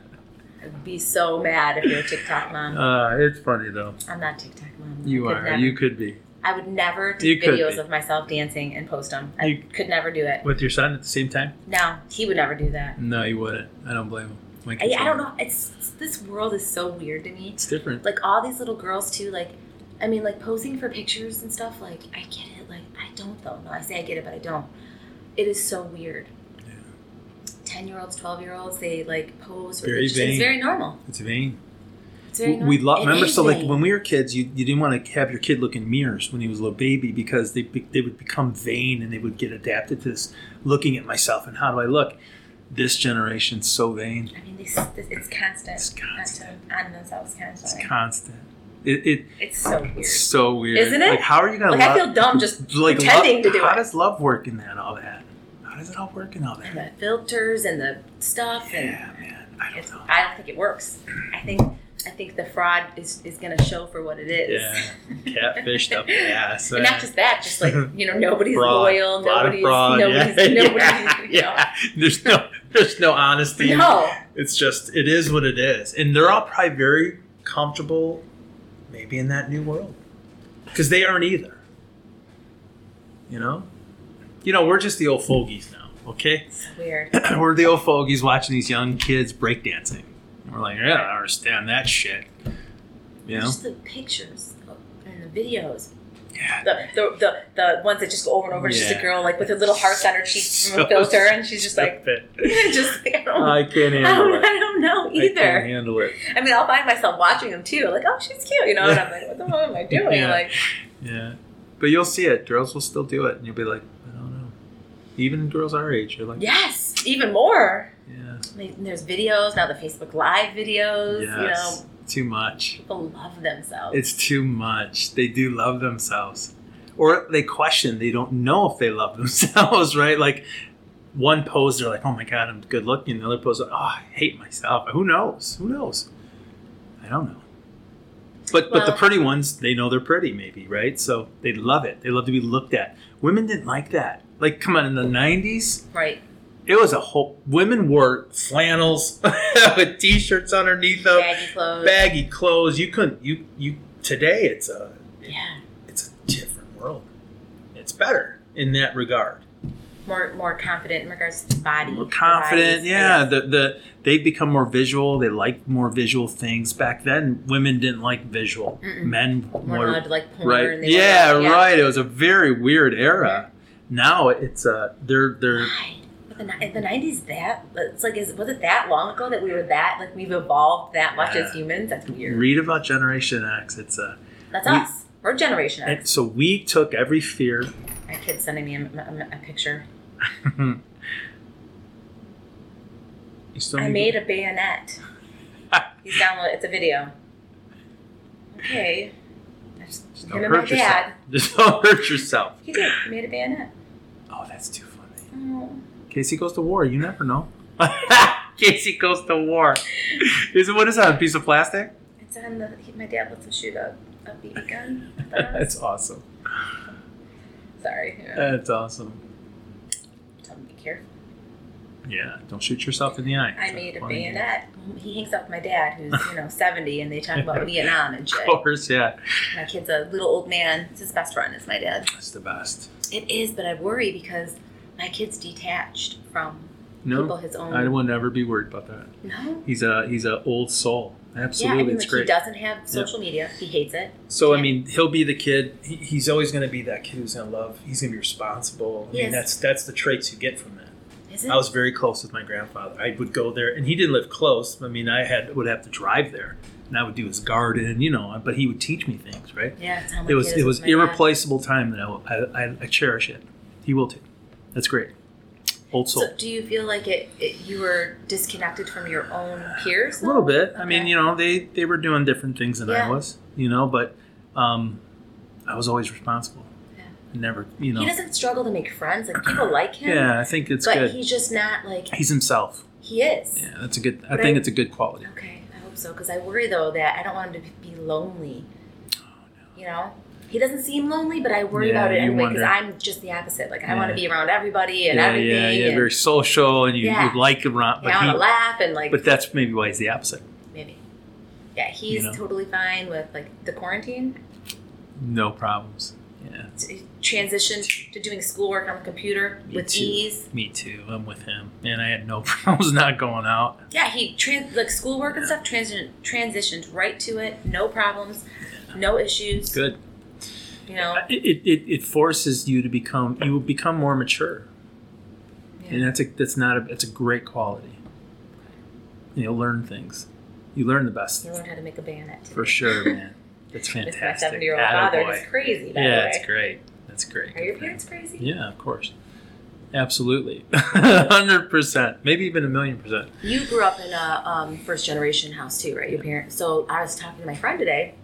S2: I'd be so mad if you're a TikTok mom.
S3: Uh, it's funny though.
S2: I'm not TikTok mom. I
S3: You
S2: could
S3: are.
S2: never.
S3: You could be
S2: I would never
S3: You
S2: take
S3: could
S2: videos
S3: be.
S2: of myself dancing and post them. I
S3: You-
S2: could never do it.
S3: with your son at the same time.
S2: No, he would never do that.
S3: No, you wouldn't. I don't blame him. My
S2: I,
S3: kids
S2: I don't
S3: would.
S2: know. It's, it's- this world is so weird to me.
S3: It's different.
S2: Like all these little girls too. Like, I mean, like posing for pictures and stuff. Like, I get it. Like, I don't though. No, I say I get it, but I don't. It is so weird.
S3: Yeah.
S2: Ten year olds, twelve year olds, they like pose for
S3: Very
S2: pictures.
S3: vain.
S2: It's very normal.
S3: It's vain.
S2: It's very normal.
S3: we love.
S2: It
S3: Remember,
S2: is
S3: so like
S2: vain.
S3: when we were kids, you, you didn't want to have your kid look in mirrors when he was a little baby because they be- they would become vain and they would get adapted to this looking at myself and how do I look. This generation's so vain.
S2: I mean, this, this, it's constant.
S3: It's constant.
S2: On themselves
S3: It's
S2: constantly.
S3: constant. It, it
S2: It's so weird.
S3: it's so weird,
S2: Isn't it?
S3: Like how are you gonna?
S2: Like, I feel dumb just pretending
S3: love,
S2: to do
S3: How
S2: it.
S3: does love work in that? and All that. How does it all work in all
S2: And
S3: that?
S2: the filters and the stuff and
S3: Yeah, man. I don't
S2: it's,
S3: know.
S2: I don't think it works. I think I think the fraud is, is gonna show for what it is.
S3: Yeah, catfished up the ass.
S2: And not just that, just like you know, nobody's
S3: Fraud.
S2: loyal,
S3: A lot of
S2: nobody's
S3: fraud.
S2: nobody's
S3: yeah.
S2: nobody's
S3: yeah.
S2: you know.
S3: yeah. There's no there's no honesty.
S2: No.
S3: It's just it is what it is. And they're all probably very comfortable maybe in that new world. Cuz they aren't either. You know? You know, we're just the old fogies now. Okay,
S2: It's weird.
S3: we're the old fogies watching these young kids breakdancing. And We're like, yeah, I don't understand that shit. You know?
S2: Just the pictures and the videos.
S3: Yeah.
S2: The, the, the, the ones that just go over and over. It's Just
S3: Yeah.
S2: a girl like with her little hearts on her cheeks from
S3: So Oh,
S2: a filter, and she's just like,
S3: stupid.
S2: just like, I don't,
S3: I can't
S2: I
S3: handle
S2: don't,
S3: it.
S2: I don't know
S3: I can't
S2: either.
S3: handle it.
S2: I mean, I'll find myself watching them too. Like, oh, she's cute, you know. And
S3: Yeah.
S2: I'm like, what the hell am I doing?
S3: Yeah.
S2: Like,
S3: Yeah. But you'll see it. Girls will still do it. And you'll be like, I don't know. Even girls our age, you're like, yeah.
S2: yes, even more.
S3: yeah.
S2: Like, There's videos now. The Facebook Live videos. You know,
S3: Yes. Too much.
S2: people love themselves.
S3: It's too much. They do love themselves. Or they question, they don't know if they love themselves, right? Like one pose, they're like, oh my God, I'm good looking. The other pose, oh, I hate myself. Who knows? Who knows? I don't know. But, but the
S2: Well-
S3: pretty ones, they know they're pretty, maybe, right? So they love it. They love to be looked at. Women didn't like that. Like, come on, in the 90s,
S2: right.
S3: it was a whole. Women wore flannels with t shirts underneath them
S2: Baggy clothes.
S3: baggy clothes. You couldn't. You you today it's a
S2: yeah.
S3: it's a different world. It's better in that regard.
S2: More more confident in regards to the body.
S3: More
S2: their
S3: confident.
S2: bodies,
S3: Yeah.
S2: I guess.
S3: The the they become more visual. They like more visual things. Back then, women didn't like visual.
S2: Mm-mm.
S3: Men
S2: More
S3: more
S2: allowed to like porn.
S3: right.
S2: they
S3: Yeah,
S2: were allowed-
S3: right. It was a very weird era. Now it's uh they're they're
S2: Why? But The, ni- the 90s that it's like is was it that long ago that we were that like we've evolved that much
S3: Yeah.
S2: as humans that's weird
S3: read about Generation X. It's uh
S2: that's
S3: We-
S2: us we're generation
S3: and
S2: X
S3: so we took every fear
S2: my kid's sending me a, a- a picture
S3: you still
S2: I
S3: need-
S2: made a bayonet he's downloaded it's a video okay that's
S3: Just
S2: him and my dad
S3: Just don't hurt yourself.
S2: he did he made a bayonet
S3: Oh, that's too funny.
S2: oh.
S3: Casey goes to war. You never know. Casey goes to war. Is it what is that? A piece of plastic?
S2: it's on the he, my dad lets him shoot a, a BB gun
S3: that's awesome.
S2: sorry yeah.
S3: That's awesome.
S2: tell him to be careful
S3: Yeah, don't shoot yourself in the eye.
S2: I
S3: It's
S2: made a
S3: funny.
S2: bayonet. He hangs out with my dad, who's you know seventy, and they talk about Vietnam and
S3: Of
S2: shit.
S3: course, yeah.
S2: My kid's a little old man. It's his best friend. It's my dad.
S3: That's the best.
S2: It is, but I worry because my kid's detached from people
S3: No,
S2: his own.
S3: I will never be worried about that.
S2: no.
S3: He's a he's a old soul.
S2: Yeah, I
S3: Absolutely,
S2: mean,
S3: it's
S2: like, he
S3: great.
S2: doesn't have social media. He hates it.
S3: So I
S2: Yeah.
S3: mean, he'll be the kid. He, he's always going to be that kid who's going to love. He's going to be responsible. I mean,
S2: Yes.
S3: that's that's the traits you get from that.
S2: Is it?
S3: I was very close with my grandfather. I would go there, and he didn't live close. I mean, I had would have to drive there, and I would do his garden, you know. But he would teach me things, right?
S2: yeah, it's how my
S3: it was
S2: kid is
S3: it
S2: with
S3: was
S2: my dad.
S3: irreplaceable time that I, will- I, I I cherish it. He will too. That's great. Old soul.
S2: So, do you feel like it, it? You were disconnected from your own peers.
S3: A little bit. I mean,
S2: Okay.
S3: you know, they they were doing different things than I
S2: Yeah.
S3: was, you know. But um, I was always responsible.
S2: Yeah.
S3: Never, you know.
S2: He doesn't struggle to make friends. Like people like him.
S3: Yeah, I think it's
S2: but
S3: good.
S2: he's just not like
S3: He's himself.
S2: he is.
S3: Yeah, that's a good. I
S2: But
S3: think
S2: I-
S3: it's a good quality.
S2: Okay, I hope so. Because I worry though that I don't want him to be lonely. You know, he doesn't seem lonely, but I worry
S3: Yeah,
S2: about it
S3: you
S2: anyway. Because
S3: wonder.
S2: I'm just the opposite. Like I want
S3: Yeah.
S2: to be around everybody and
S3: yeah,
S2: everything.
S3: yeah, yeah.
S2: and,
S3: Very social, and you,
S2: Yeah.
S3: you like him, around-
S2: yeah, I want to
S3: but,
S2: laugh and
S3: he,
S2: like
S3: but that's maybe why he's the opposite.
S2: maybe. Yeah, he's
S3: know?
S2: totally fine with like the quarantine.
S3: No problems. Yeah,
S2: He transitioned to doing schoolwork on the computer
S3: Me
S2: with
S3: too.
S2: ease.
S3: me too. I'm with him, and I had no problems not going out.
S2: Yeah, he trans like schoolwork and stuff transitioned transitioned right to it. No problems, no issues.
S3: Good.
S2: You know,
S3: It, it, it, it forces you to become. You will become more mature,
S2: yeah.
S3: and that's a that's not a that's a great quality. And you'll learn things. You learn the best
S2: he learned how to make a bayonet.
S3: for sure, man. That's
S2: It's my
S3: fantastic.
S2: seventy year old father.
S3: Attaboy.
S2: He's crazy, by
S3: Yeah,
S2: the
S3: that's
S2: way.
S3: great. That's great.
S2: Are your parents crazy?
S3: Yeah, of course. Absolutely. 100%. Maybe even a million percent.
S2: You grew up in a um, first generation house too, right? Your parents. So I was talking to my friend today,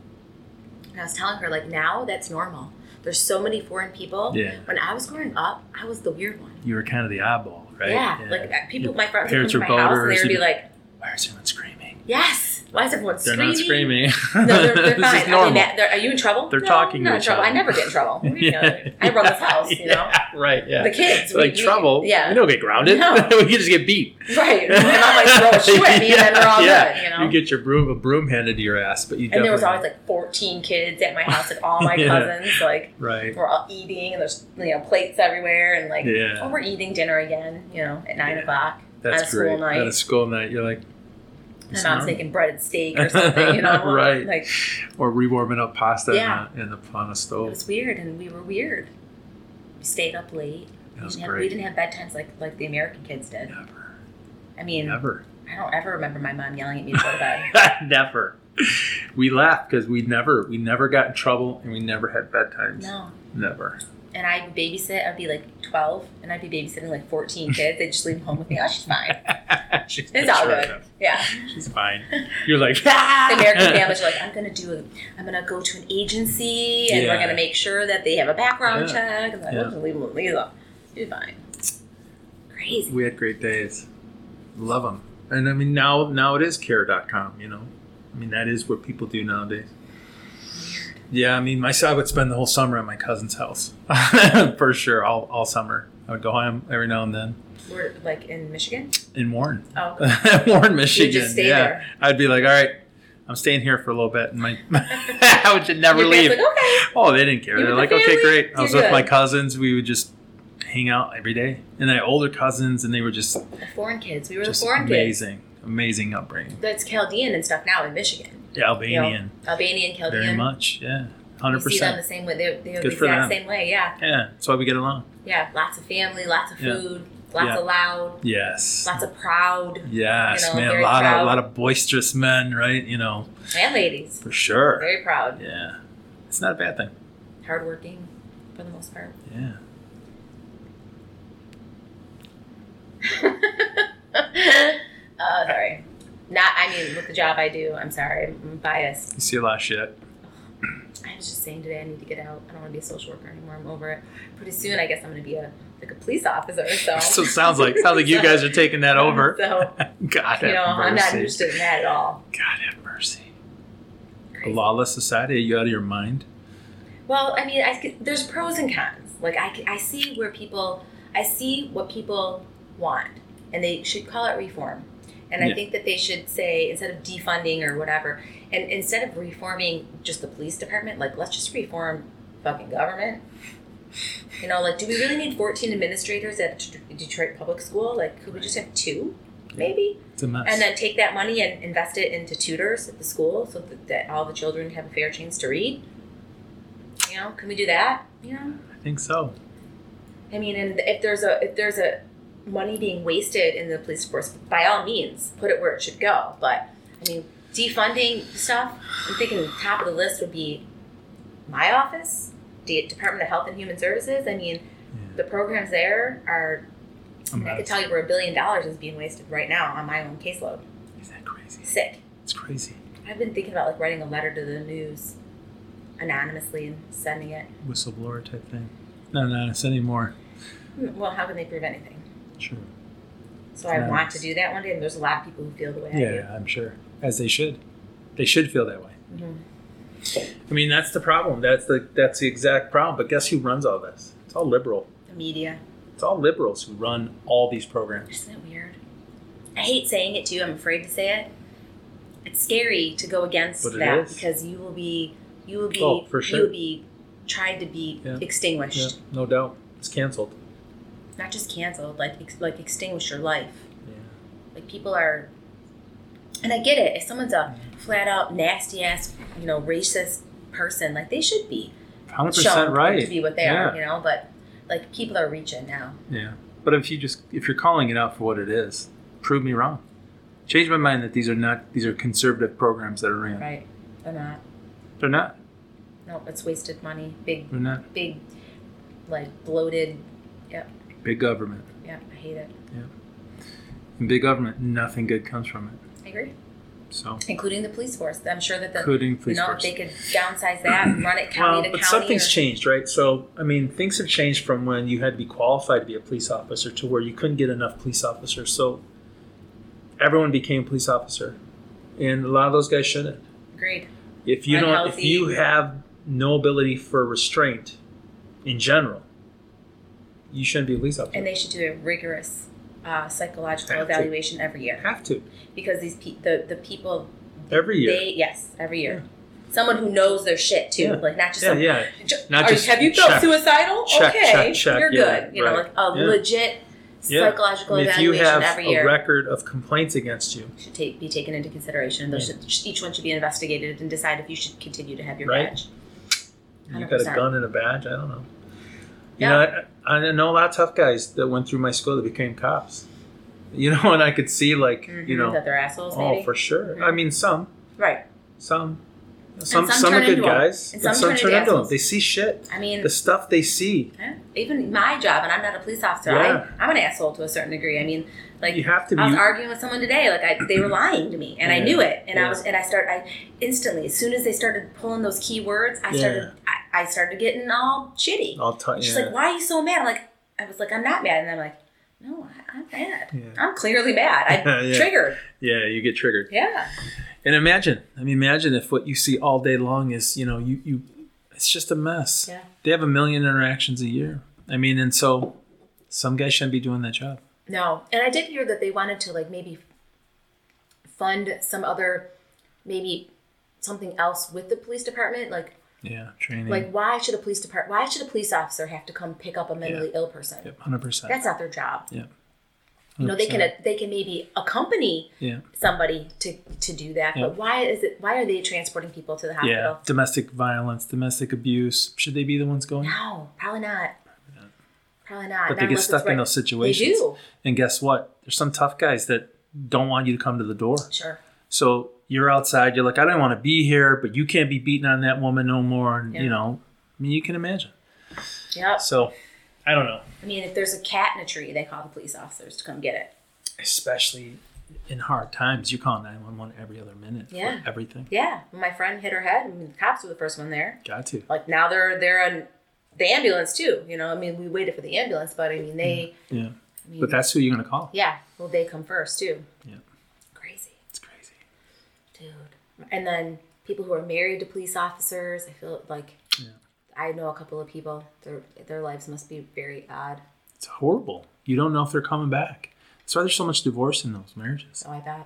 S2: and I was telling her like now that's normal. There's so many foreign people.
S3: Yeah.
S2: When I was growing up, I was the weird one.
S3: You were kind of the eyeball, right?
S2: Yeah, like uh, people,
S3: Your
S2: my friends would come
S3: parents
S2: to
S3: are
S2: my house and they
S3: voters
S2: would be
S3: and-
S2: like,
S3: Why is everyone screaming?
S2: "Yes, Why is everyone
S3: They're
S2: screaming?
S3: not screaming.
S2: No, they're, they're
S3: this
S2: fine.
S3: is
S2: I mean,
S3: normal.
S2: they're, are you in trouble?
S3: They're
S2: no,
S3: talking to
S2: I'm Not in
S3: each
S2: trouble.
S3: other.
S2: I never get in trouble. You know,
S3: Yeah.
S2: I run this house. You know,
S3: Yeah, right. Yeah.
S2: the kids. we-
S3: like
S2: we-
S3: trouble.
S2: Yeah.
S3: We don't get grounded.
S2: No.
S3: we can just get beat.
S2: Right. My mom like throw a shoe at me, and then we're all good. You know.
S3: get your broom a broom handed to your ass, but you
S2: and there was always
S3: definitely-
S2: like 14 kids at my house, like all my
S3: Yeah.
S2: cousins, like
S3: right.
S2: we're all eating, and there's you know plates everywhere, and like
S3: Yeah.
S2: oh, we're eating dinner again, you know, at nine
S3: Yeah.
S2: o'clock.
S3: That's
S2: on a school
S3: great.
S2: night.
S3: At a school night, you're like,
S2: My
S3: "It's
S2: mom's
S3: not-"
S2: making bread and steak or something, you know,
S3: Right.
S2: Like it
S3: or rewarming up pasta
S2: Yeah.
S3: in, a, in the on a stove.
S2: was weird, and we were weird. We stayed up late.
S3: That was
S2: we, didn't have, we
S3: great.
S2: didn't have bedtimes like like the American kids did.
S3: Never,
S2: I mean,
S3: never,
S2: I don't ever remember my mom yelling at me to go to bed.
S3: never. We laughed because we never, we never got in trouble, and we never had bedtimes.
S2: No.
S3: Never.
S2: And I would babysit. I'd be like 12, and I'd be babysitting like 14 kids. They'd just leave them home with me. Oh, she's fine.
S3: She's
S2: It's all
S3: sure
S2: good.
S3: enough,
S2: Yeah.
S3: She's fine. You're like "Ah!"
S2: The American families are like, I'm gonna do a, I'm gonna go to an agency, and we're
S3: Yeah.
S2: gonna make sure that they have a background
S3: Yeah.
S2: check. And like,
S3: Yeah.
S2: we'll just leave them, leave them. You're fine. Crazy.
S3: We had great days. Love them. And I mean, now now it is care.com, you know? I mean, that is what people do nowadays. Yeah, I mean, myself, I would spend the whole summer at my cousin's house for sure, all, all summer. I would go home every now and then
S2: We're like in Michigan.
S3: in Warren,
S2: Oh,
S3: Warren, Michigan.
S2: stay
S3: yeah.
S2: there.
S3: I'd be like, all right, I'm staying here for a little bit. And my, I would just never
S2: Your
S3: leave.
S2: parents Like, okay.
S3: Oh, they didn't care.
S2: You
S3: They're
S2: with
S3: like,
S2: the
S3: okay,
S2: family?
S3: great. I
S2: You're
S3: was with
S2: good.
S3: my cousins. We would just hang out every day. And my older cousins, and they were just
S2: The foreign kids. We were
S3: just
S2: the foreign kids.
S3: amazing, amazing upbringing.
S2: That's Chaldean and stuff now in Michigan.
S3: Yeah, Albanian,
S2: Albanian, Chaldean.
S3: very much. Yeah,
S2: You
S3: hundred
S2: see them
S3: percent.
S2: the same way. They're, they're the
S3: Good for
S2: exact
S3: them.
S2: same way. Yeah.
S3: Yeah, that's why we get along.
S2: Yeah. Lots of family. Lots of
S3: Yeah.
S2: food. Lots
S3: Yeah.
S2: of loud.
S3: Yes,
S2: Lots of proud.
S3: yes,
S2: you know,
S3: man.
S2: very
S3: A lot of
S2: proud.
S3: a lot of boisterous men, right? You know,
S2: And ladies.
S3: for sure.
S2: Very proud.
S3: Yeah, it's not a bad thing.
S2: Hardworking, for the most part.
S3: Yeah,
S2: uh, sorry. Not, I mean, with the job I do, I'm sorry, I'm biased.
S3: you see a lot of shit.
S2: I was just saying today I need to get out. I don't want to be a social worker anymore. I'm over it. Pretty soon, I guess I'm going to be a like a police officer. So,
S3: So it sounds like sounds like you guys are taking that over.
S2: So
S3: God
S2: you know,
S3: have mercy.
S2: I'm not interested in that at all.
S3: God have mercy. A
S2: Crazy.
S3: lawless society? Are you out of your mind?
S2: Well, I mean, I, c- there's pros and cons. Like I, c- I see where people, I see what people want, and they should call it reform. And I
S3: Yeah.
S2: think that they should say instead of defunding or whatever, and instead of reforming just the police department, like let's just reform fucking government. You know, like do we really need 14 administrators at Det- Detroit Public School? Like could we just have two, maybe?
S3: It's a mess.
S2: And then take that money and invest it into tutors at the school so that, that all the children have a fair chance to read. You know, can we do that? You know,
S3: I think so.
S2: I mean, and if there's a if there's a money being wasted in the police force, by all means, put it where it should go. But I mean, defunding stuff. I'm thinking top of the list would be my office, the Department of Health and Human Services. I mean, the programs there are. I, mean, I could tell you where a billion dollars is being wasted right now on my own caseload.
S3: Is that crazy?
S2: Sick.
S3: It's crazy.
S2: I've been thinking about like writing a letter to the news anonymously and sending it.
S3: Whistleblower type thing. No, no, it's anymore.
S2: Hmm, Well, how can they prove anything?
S3: Sure.
S2: So I
S3: Nice.
S2: want to do that one day, and there's a lot of people who feel the way
S3: Yeah, I'm sure. As they should. They should feel that way.
S2: I do. Mhm.
S3: I mean, that's the problem. That's the that's the exact problem. But guess who runs all this? It's all liberal.
S2: The media.
S3: It's all liberals who run all these programs.
S2: Isn't it weird? I hate saying it too. I'm afraid to say it. It's scary to go against
S3: But it
S2: that
S3: is.
S2: because you will be you will be
S3: Oh, for
S2: you
S3: sure.
S2: will be tried to be
S3: Yeah. Yeah,
S2: extinguished,
S3: no doubt. It's canceled.
S2: not just canceled, like ex- like extinguish your life.
S3: Yeah.
S2: Like people are, and I get it. If someone's a flat out nasty ass, you know, racist person, like they should be
S3: Hundred
S2: shown
S3: percent right.
S2: to be what they are,
S3: Yeah.
S2: you know. But like people are reaching now.
S3: Yeah. But if you just if you're calling it out for what it is, prove me wrong. Change my mind that these are not these are conservative programs that are ran.
S2: Right? They're not.
S3: They're not.
S2: No, it's wasted money. Big,
S3: They're not.
S2: big, like bloated.
S3: Big government.
S2: Yeah, I hate it.
S3: And big government, nothing good comes from it.
S2: I agree.
S3: So
S2: Including the police force. I'm sure that the
S3: including
S2: you
S3: police
S2: know
S3: force.
S2: they could downsize that and run it county
S3: well,
S2: to
S3: but
S2: county.
S3: something's
S2: or-
S3: changed, right? So, I mean, things have changed from when you had to be qualified to be a police officer to where you couldn't get enough police officers. So, everyone became a police officer, and a lot of those guys shouldn't.
S2: Agreed.
S3: If you don't, if
S2: Unhealthy.
S3: you have no ability for restraint in general, you shouldn't be a police officer.
S2: And they should do a rigorous uh, psychological
S3: Have to.
S2: evaluation every year
S3: have to
S2: because these pe- the the people
S3: every year.
S2: they yes every year. Someone who knows their shit too,
S3: Yeah.
S2: like not just
S3: yeah,
S2: some-
S3: yeah.
S2: Ju-
S3: Not
S2: are you-
S3: just
S2: have you felt
S3: check.
S2: suicidal?
S3: Check,
S2: okay,
S3: check, check,
S2: you're
S3: yeah,
S2: good. You know,
S3: right.
S2: like a
S3: Yeah.
S2: legit
S3: Yeah.
S2: psychological
S3: And if you
S2: evaluation
S3: have
S2: every
S3: a
S2: year
S3: record of complaints against you,
S2: should ta- be taken into consideration. Those should, each one should be investigated and decide if you should continue to have your
S3: Right.
S2: badge.
S3: you got a
S2: 100%.
S3: gun and a badge. I don't know. You
S2: Yeah.
S3: know, I, I know a lot of tough guys that went through my school that became cops. You know, and I could see like you
S2: Mhm.
S3: know,
S2: that they're assholes. Maybe.
S3: oh for sure.
S2: Mhm.
S3: I mean, some,
S2: right.
S3: some, some,
S2: some
S3: some, are
S2: turn
S3: good
S2: into 'em.
S3: guys,
S2: And some turn into
S3: them.
S2: assholes.
S3: They see shit.
S2: I mean,
S3: The stuff they see,
S2: eh, even my job, and I'm not a police officer.
S3: Yeah.
S2: I, I'm an asshole to a certain degree. I mean, like
S3: you have to be.
S2: I was arguing with someone today. Like I, they were lying to me, and I
S3: Yeah.
S2: knew it. And
S3: Yeah.
S2: I was, and I start, I instantly, as soon as they started pulling those key words, I
S3: Yeah. Oh,
S2: started, I, I started getting all shitty.
S3: I'll tell you.
S2: She's like, "Why are you so mad?" I'm like, I was like, "I'm not mad," and I'm like, "No, I- I'm mad.
S3: Yeah.
S2: I'm clearly mad. I
S3: Yeah.
S2: triggered.
S3: yeah, you get triggered.
S2: Yeah,
S3: And imagine, I mean, imagine if what you see all day long is, you know, you, you it's just a mess.
S2: Yeah.
S3: They have a million interactions a year. I mean, and so some guys shouldn't be doing that job.
S2: no." And I did hear that they wanted to like maybe fund some other, maybe something else with the police department. Like,
S3: Yeah, training.
S2: like why should a police department? Why should a police officer have to come pick up a mentally ill person?
S3: yep, 100%.
S2: That's not their job.
S3: Yeah.
S2: You know, they can
S3: 100%.
S2: they can maybe accompany
S3: Yeah.
S2: somebody to to do that,
S3: Yeah.
S2: but why is it? Why are they transporting people to the
S3: Yeah.
S2: hospital?
S3: Domestic violence, domestic abuse. Should they be the ones going?
S2: No, probably not. Probably not.
S3: But
S2: Not
S3: they get
S2: unless
S3: stuck
S2: it's right-
S3: in those situations.
S2: They do.
S3: And guess what? There's some tough guys that don't want you to come to the door.
S2: Sure.
S3: So you're outside, you're like, I don't want to be here, but you can't be beating on that woman no more. And,
S2: Yeah.
S3: you know, I mean, you can imagine.
S2: Yep.
S3: So I don't know.
S2: I mean, if there's a cat in a tree, they call the police officers to come get it.
S3: especially in hard times, you call 911 every other minute
S2: Yeah.
S3: for everything.
S2: Yeah. when My friend hit her head. I mean, the cops were the first one there.
S3: Got to.
S2: Like now they're they're on the ambulance too. You know, I mean, we waited for the ambulance, but I mean, they
S3: Yeah. But that's who you're going to call.
S2: yeah, well, they come first too.
S3: Yeah.
S2: Crazy,
S3: It's crazy.
S2: dude. And then people who are married to police officers, I feel like
S3: Yeah.
S2: I know a couple of people. Their their lives must be very odd.
S3: It's horrible. You don't know if they're coming back. That's why there's so much divorce in those marriages.
S2: So Oh, I bet.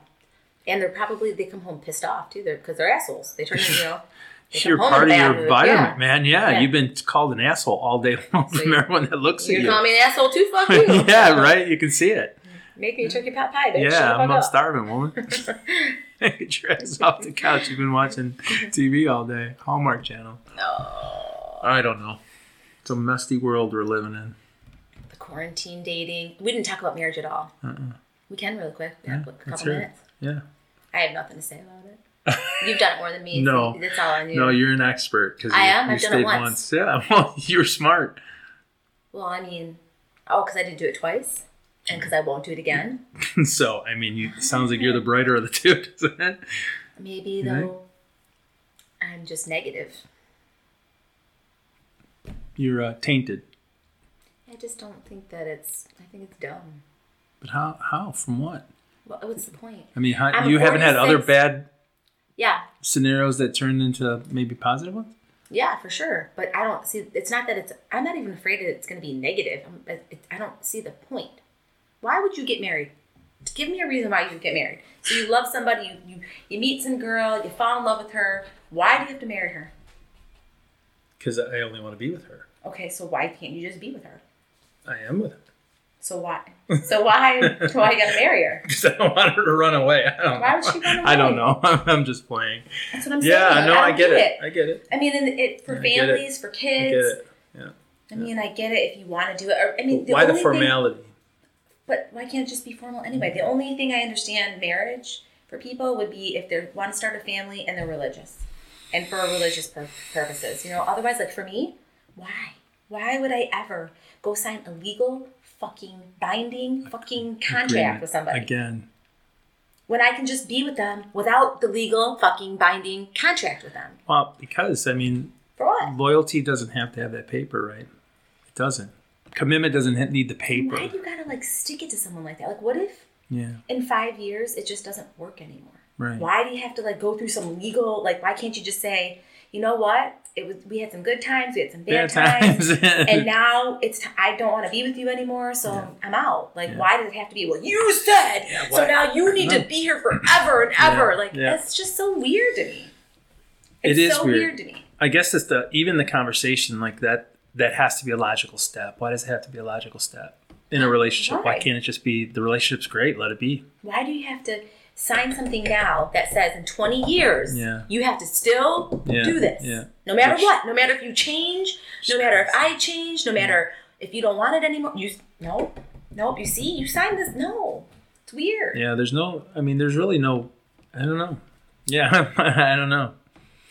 S2: And they're probably they come home pissed off too. They're because they're assholes. They turn in, you know. They come
S3: You're
S2: home in
S3: part
S2: a
S3: of
S2: bad
S3: your
S2: mood.
S3: environment,
S2: Yeah.
S3: man. Yeah,
S2: Yeah.
S3: you've been called an asshole all day long
S2: So
S3: from
S2: you-
S3: everyone that looks
S2: You're
S3: at you.
S2: calling me an asshole too. Fuck you.
S3: yeah, right. You can see it.
S2: Make me turkey pot pie, bitch. Shut the
S3: yeah, I'm
S2: fuck
S3: not
S2: up.
S3: starving, woman. Get your ass off the couch. You've been watching TV all day. Hallmark Channel.
S2: No.
S3: I don't know. It's a musty world we're living in.
S2: The quarantine dating. We didn't talk about marriage at all.
S3: Uh-uh.
S2: We can really quick. We have
S3: Yeah,
S2: a
S3: let's
S2: couple
S3: hear it.
S2: minutes.
S3: Yeah.
S2: I have nothing to say about it. You've done it more than me.
S3: No.
S2: so that's all on you.
S3: No, you're an expert because
S2: I
S3: you,
S2: am?
S3: you
S2: I've done it
S3: stayed Yeah,
S2: once.
S3: well, you're smart.
S2: well, I mean, oh, because I didn't do it twice, and because I won't do it again.
S3: so I mean, you it sounds like you're the brighter of the two, doesn't it?
S2: Maybe
S3: Right.
S2: though, I'm just negative.
S3: You're uh, tainted.
S2: I just don't think that it's. I think it's dumb.
S3: But how? How? From what?
S2: Well, what's the point?
S3: I mean, how,
S2: I'm
S3: you haven't had other
S2: 46.
S3: bad
S2: Yeah,
S3: scenarios that turned into maybe positive ones.
S2: yeah, for sure. But I don't see. It's not that it's. I'm not even afraid that it's going to be negative. I'm, I, it- I don't see the point. Why would you get married? Give me a reason why you would get married. So you love somebody. You you, you meet some girl. You fall in love with her. Why do you have to marry her?
S3: Because I only want to be with her.
S2: Okay, so why can't you just be with her?
S3: I am with her
S2: So why? So why do I got to marry her?
S3: because I don't want her to run away. I don't
S2: Why
S3: know.
S2: would she run
S3: I don't
S2: away?
S3: know. I'm just playing.
S2: That's what I'm saying.
S3: Yeah, no, I,
S2: don't
S3: get it. I get it.
S2: I mean, and it for
S3: I get it.
S2: families, for
S3: I
S2: kids.
S3: get it.
S2: I mean, I get it if you want to do it. Or, I mean, the
S3: Why the
S2: only thing-
S3: formality?
S2: But why can't it just be formal anyway? The only thing I understand marriage for people would be if they want to start a family and they're religious, and for religious pur- purposes. You know, otherwise, like for me, why? Why would I ever go sign a legal fucking binding fucking contract
S3: Agreement.
S2: with somebody
S3: again.
S2: when I can just be with them without the legal fucking binding contract with them?
S3: Well, because I mean,
S2: For what?
S3: loyalty doesn't have to have that paper, right? It doesn't. Commitment doesn't ha- need the
S2: Why
S3: paper.
S2: do you gotta like stick it to someone like that? Like, what if
S3: Yeah.
S2: in five years it just doesn't work anymore?
S3: Right.
S2: Why do you have to like go through some legal? Like, why can't you just say, you know what? It was we had some good times, we had some bad, times, and now it's t- I don't want to be with you anymore, so I'm out. Like,
S3: Yeah.
S2: why does it have to be? Well, you said so.
S3: why?
S2: Now you need
S3: No.
S2: to be here forever and ever.
S3: Yeah,
S2: Like,
S3: yeah.
S2: that's just so weird to me.
S3: It
S2: It's
S3: is
S2: so
S3: weird.
S2: to me.
S3: I guess it's the even the conversation like that that has to be a logical step. Why does it have to be a logical step in a relationship? Why
S2: Right.
S3: can't it just be the relationship's great, let it be?
S2: Why do you have to sign something now that says in 20 years
S3: Yeah.
S2: you have to still
S3: Yeah,
S2: do this?
S3: yeah.
S2: No matter
S3: Which-
S2: what, no matter if you change, no matter if I change, no matter if you don't want it anymore, you nope, nope. You see, you signed this. No, it's weird.
S3: Yeah, there's no I mean there's really no I don't know. Yeah, I don't know.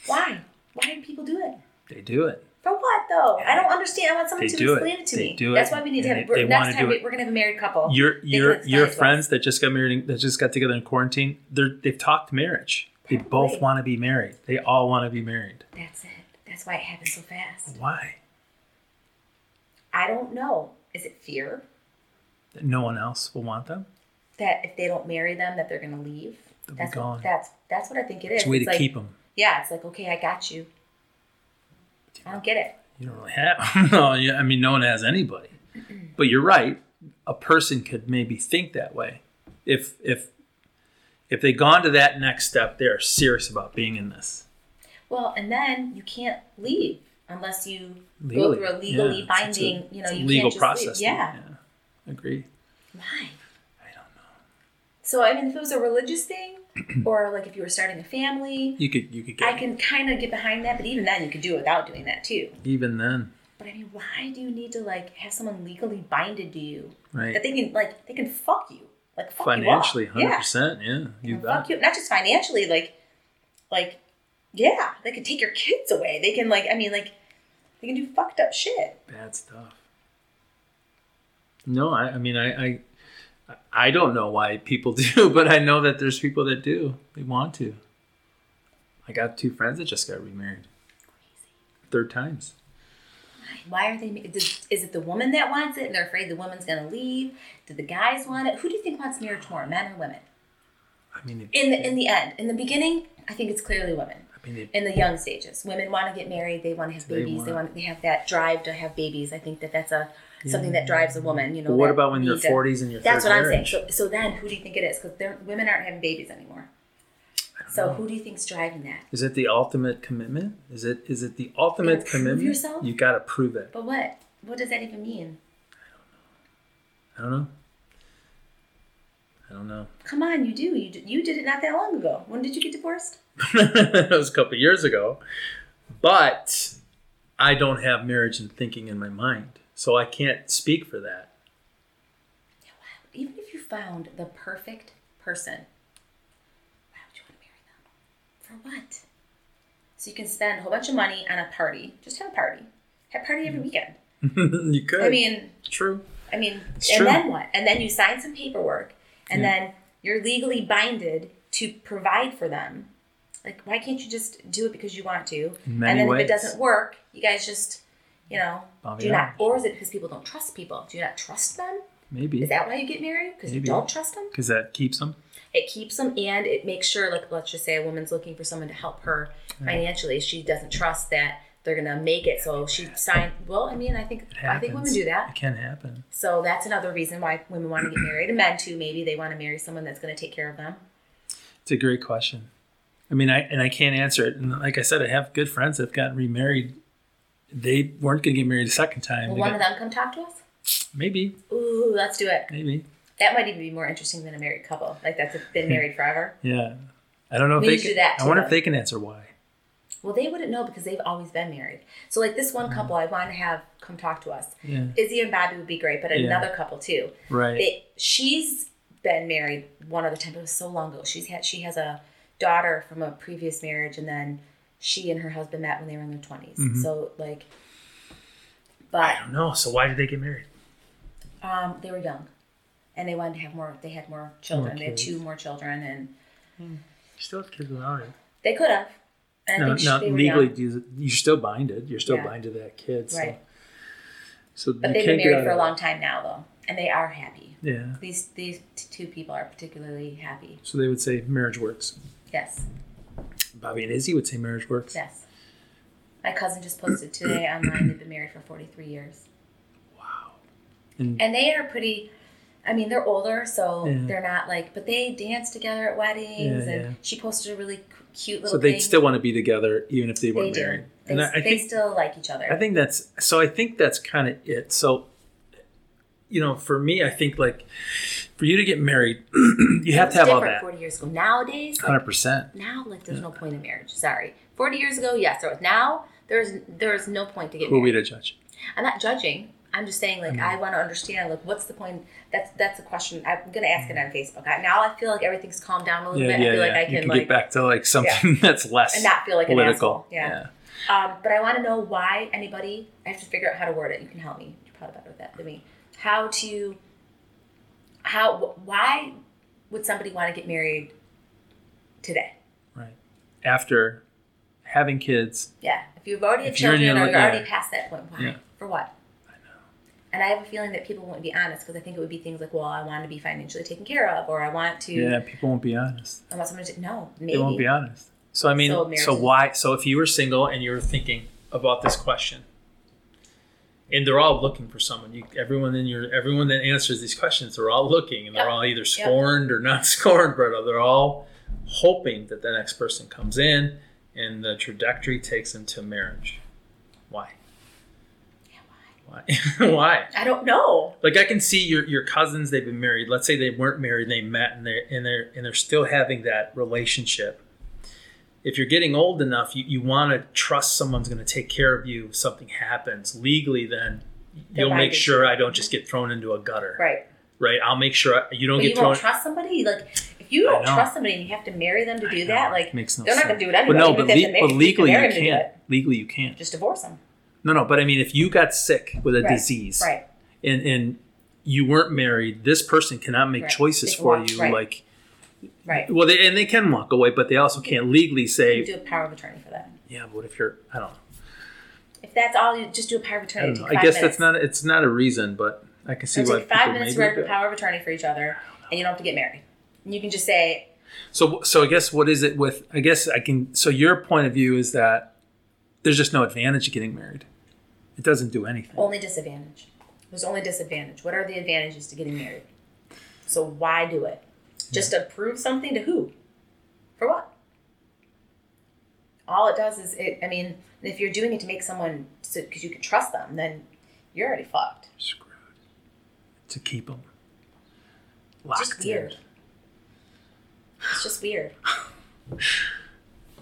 S2: Why? Why do people do it?
S3: They do it.
S2: For what though? I don't understand. I want someone
S3: They
S2: to
S3: do it.
S2: explain it to
S3: They
S2: me.
S3: do it,
S2: That's why we need to
S3: and
S2: have
S3: they- they wanna
S2: next
S3: do
S2: time we-
S3: it.
S2: we're gonna have a married couple.
S3: Your
S2: They can
S3: your
S2: explain
S3: your
S2: it to us.
S3: friends that just got married that just got together in quarantine, they're they've talked marriage. They both
S2: Probably.
S3: want to be married. They all want to be married.
S2: That's it. That's why it happens so fast.
S3: Why?
S2: I don't know. Is it fear
S3: That no one else will want them?
S2: that if they don't marry them that they're gonna leave?
S3: They'll be
S2: that's
S3: gone.
S2: What, that's that's what I think it is.
S3: It's a way to
S2: like,
S3: keep them.
S2: Yeah, it's like okay, I got you. I don't get it.
S3: You don't really have. no, you- I mean, no one has anybody. But you're right. A person could maybe think that way, if if if they gone to that next step, they are serious about being in this.
S2: Well, and then you can't leave unless you
S3: Legally.
S2: go through a
S3: Yeah,
S2: legally
S3: it's- it's a-
S2: binding. you know,
S3: it's a
S2: you
S3: legal
S2: can't just
S3: process.
S2: Leave. Yeah.
S3: Agree.
S2: Why?
S3: I don't know.
S2: So I mean, if it was a religious thing, or like if you were starting a family,
S3: You could you could
S2: I
S3: get
S2: can kind of get behind that. But even then, you could do it without doing that too.
S3: even then,
S2: But I mean, why do you need to like have someone legally binded to you
S3: right?
S2: that they can like they can fuck you like fuck
S3: Financially,
S2: you up.
S3: hundred
S2: Yeah.
S3: percent. Yeah, you bet.
S2: Well, fuck you. Oh, Not just financially, like, like, yeah, they could take your kids away. They can, like, I mean, like, they can do fucked up shit.
S3: Bad stuff. No, I, I mean, I, I, I don't know why people do, but I know that there's people that do. They want to. I got two friends that just got remarried. Third times.
S2: Why are they? Is, is it the woman that wants it, and they're afraid the woman's gonna leave? Do the guys want it? Who do you think wants marriage more, men or women?
S3: I mean, it,
S2: In the in the end, in the beginning, I think it's clearly women.
S3: I mean, it,
S2: In the young stages, women want to get married. They want to have
S3: They
S2: babies. They
S3: want-
S2: want. They have that drive to have babies. I think that that's a something that drives a woman. You know.
S3: Mm. but what
S2: that
S3: about when you're
S2: need to-
S3: 40s and you're
S2: That's
S3: third
S2: what I'm saying.
S3: marriage?
S2: So, so then, who do you think it is? Because women aren't having babies anymore. So who do you think's driving that?
S3: Is it the ultimate commitment? Is it is it the ultimate
S2: prove
S3: commitment?
S2: yourself?
S3: You gotta prove it.
S2: But what? What does that even mean?
S3: I don't know. I don't know.
S2: Come on, you do. You d- you did it not that long ago. When did you get divorced?
S3: that was a couple years ago. But I don't have marriage and thinking in my mind, so I can't speak for that.
S2: Even if you found the perfect person, why would you want to marry them? For what? So you can spend a whole bunch of money on a party. Just have a party. Have a party every weekend.
S3: you could.
S2: I mean,
S3: true.
S2: I mean,
S3: It's
S2: and
S3: true.
S2: then what? And then you sign some paperwork, and then you're legally binded to provide for them. Like, why can't you just do it because you want to?
S3: In many
S2: and then
S3: ways.
S2: if it doesn't work, you guys just, you know,
S3: Bobby
S2: do not.
S3: Arms.
S2: Or is it because people don't trust people? Do you not trust them?
S3: Maybe
S2: Is that why you get married? Because you
S3: Maybe.
S2: don't trust them?
S3: because that keeps them.
S2: It keeps them and it makes sure, like, let's just say a woman's looking for someone to help her financially. She doesn't trust that they're going to make it. So she signed. Well, I mean, I think,
S3: It
S2: I think women
S3: happens.
S2: do that.
S3: It can happen.
S2: So that's another reason why women want to get married, and men too. Maybe they want to marry someone that's going to take care of them.
S3: It's a great question. I mean, I and I can't answer it. And like I said, I have good friends that have gotten remarried. They weren't going to get married a second time.
S2: Will
S3: They
S2: one
S3: got-
S2: of them come talk to us?
S3: maybe,
S2: Ooh, let's do it.
S3: maybe.
S2: That might even be more interesting than a married couple, like that's been married forever.
S3: Yeah, I don't know if
S2: We
S3: they.
S2: need to
S3: Can,
S2: do that
S3: I
S2: too,
S3: wonder if
S2: though.
S3: they can answer why.
S2: Well, they wouldn't know because they've always been married. So, like this
S3: Mm-hmm.
S2: one couple, I want to have come talk to us.
S3: Yeah.
S2: Izzy and Bobby would be great, but
S3: Yeah.
S2: another couple too.
S3: Right.
S2: They, she's been married one other time, but it was so long ago. She's had she has a daughter from a previous marriage, and then she and her husband met when they were in their 20s So, like, but
S3: Mm-hmm. I don't know. So why did they get married?
S2: Um, they were young, and they wanted to have more. They had more children. they had
S3: kids.
S2: two more children, and
S3: Still have kids without it.
S2: they could have. And I
S3: No,
S2: think sh-
S3: no,
S2: they were
S3: legally,
S2: young.
S3: you- you're still binded. You're still
S2: Yeah.
S3: bound to that kid. So,
S2: Right.
S3: so
S2: but
S3: you
S2: they've
S3: can't
S2: been
S3: get out
S2: married for
S3: of
S2: a
S3: that.
S2: long time now, though, and they are happy.
S3: Yeah.
S2: These these t- two people are particularly happy.
S3: So they would say marriage works.
S2: Yes,
S3: Bobby and Izzy would say marriage works.
S2: yes. My cousin just posted today online they've been married for 43 years.
S3: And
S2: And they are pretty, I mean, they're older, so
S3: Yeah.
S2: they're not like, but they dance together at weddings.
S3: Yeah,
S2: and
S3: yeah.
S2: she posted a really c- cute
S3: so
S2: little
S3: they
S2: thing.
S3: still want to be together even if they
S2: they
S3: weren't
S2: do.
S3: married.
S2: They,
S3: and I, I
S2: they
S3: think
S2: still like each other.
S3: I think that's so. I think that's kind of it. So, you know, for me, I think like for you to get married, you have
S2: It's
S3: to have all
S2: different
S3: that.
S2: 40 years ago. Nowadays,
S3: Hundred percent.
S2: now, like, there's no point in marriage. Sorry. 40 years ago, yes, there was. Now, there's there's no point to get
S3: Who are we Mm-hmm.
S2: married.
S3: to judge?
S2: I'm not judging. I'm just saying, like, I want to understand, like, what's the point? That's that's a question. I'm gonna ask it on Facebook. I, now I feel like everything's calmed down a little
S3: Yeah,
S2: bit. I
S3: yeah,
S2: feel like
S3: yeah.
S2: I
S3: you
S2: can,
S3: can
S2: like,
S3: get back to like something that's less
S2: and not feel like
S3: political.
S2: an asshole. yeah. Um, but I want to know why anybody. I have to figure out how to word it. You can help me. You're probably better at that than me. How to? How? wh- Why would somebody want to get married today?
S3: Right. After having kids,
S2: Yeah. If you've already had
S3: If you're in
S2: children
S3: your
S2: or
S3: li-
S2: you're
S3: yeah.
S2: already past that point, why?
S3: Yeah.
S2: For what? I know. And I have a feeling that people wouldn't be honest because I think it would be things like, well, I want to be financially taken care of, or I want to.
S3: yeah, people won't be honest.
S2: I want someone to no,
S3: They
S2: maybe.
S3: won't be honest. So I mean,
S2: So
S3: so,
S2: marriage is-
S3: why? So if you were single and you were thinking about this question, and they're all looking for someone. You, everyone in your everyone that answers these questions, they're all looking, and they're
S2: Yep.
S3: all either scorned or not scorned, but they're all hoping that the next person comes in and the trajectory takes them to marriage. Why? Why? why?
S2: I don't know.
S3: like I can see your your cousins they've been married. Let's say they weren't married, they met and they're and they're and they're still having that relationship. If you're getting old enough, you, you want to trust someone's going to take care of you if something happens legally. Then
S2: They're
S3: you'll make
S2: binding.
S3: sure I don't just get thrown into a gutter,
S2: Right.
S3: right? I'll make sure I, you don't
S2: But
S3: get
S2: you
S3: thrown.
S2: won't trust somebody? Like, if you
S3: I
S2: don't
S3: know.
S2: trust somebody and you have to marry them to do that, like,
S3: makes no
S2: they're
S3: sense.
S2: not going to do it
S3: but
S2: anyway.
S3: no,
S2: even
S3: but,
S2: if they
S3: le-
S2: have to marry-
S3: but
S2: if they
S3: legally
S2: marry
S3: you
S2: them to do
S3: can't.
S2: it,
S3: Legally you can't.
S2: Just divorce them.
S3: No, no. But I mean, if you got sick with a
S2: Right.
S3: disease,
S2: Right.
S3: and and you weren't married, this person cannot make
S2: Right.
S3: choices
S2: They can
S3: for
S2: walk-
S3: you,
S2: right.
S3: like.
S2: Right.
S3: Well, they, and they can walk away, but they also can't legally
S2: You
S3: say,
S2: do a power of attorney for that.
S3: "Yeah, but if you're, I don't know,
S2: If that's all, you just do a power of
S3: I,
S2: attorney.
S3: don't
S2: It'll
S3: know.
S2: take
S3: I
S2: five
S3: guess
S2: minutes.
S3: that's not, it's not a reason, but I can see
S2: It'll
S3: why
S2: take five
S3: people
S2: minutes
S3: maybe
S2: to write
S3: do
S2: a
S3: it.
S2: power of attorney for each other, and you don't have to get married. And you can just say,
S3: So, so I guess what is it with? I guess I can. So your point of view is that there's just no advantage to getting married. It doesn't do anything.
S2: only disadvantage. There's only disadvantage. What are the advantages to getting married? So why do it? Just to prove something to who? For what? All it does is it. I mean, if you're doing it to make someone because you can trust them, then you're already fucked.
S3: Screwed. To keep them locked
S2: just weird.
S3: in.
S2: It's just weird.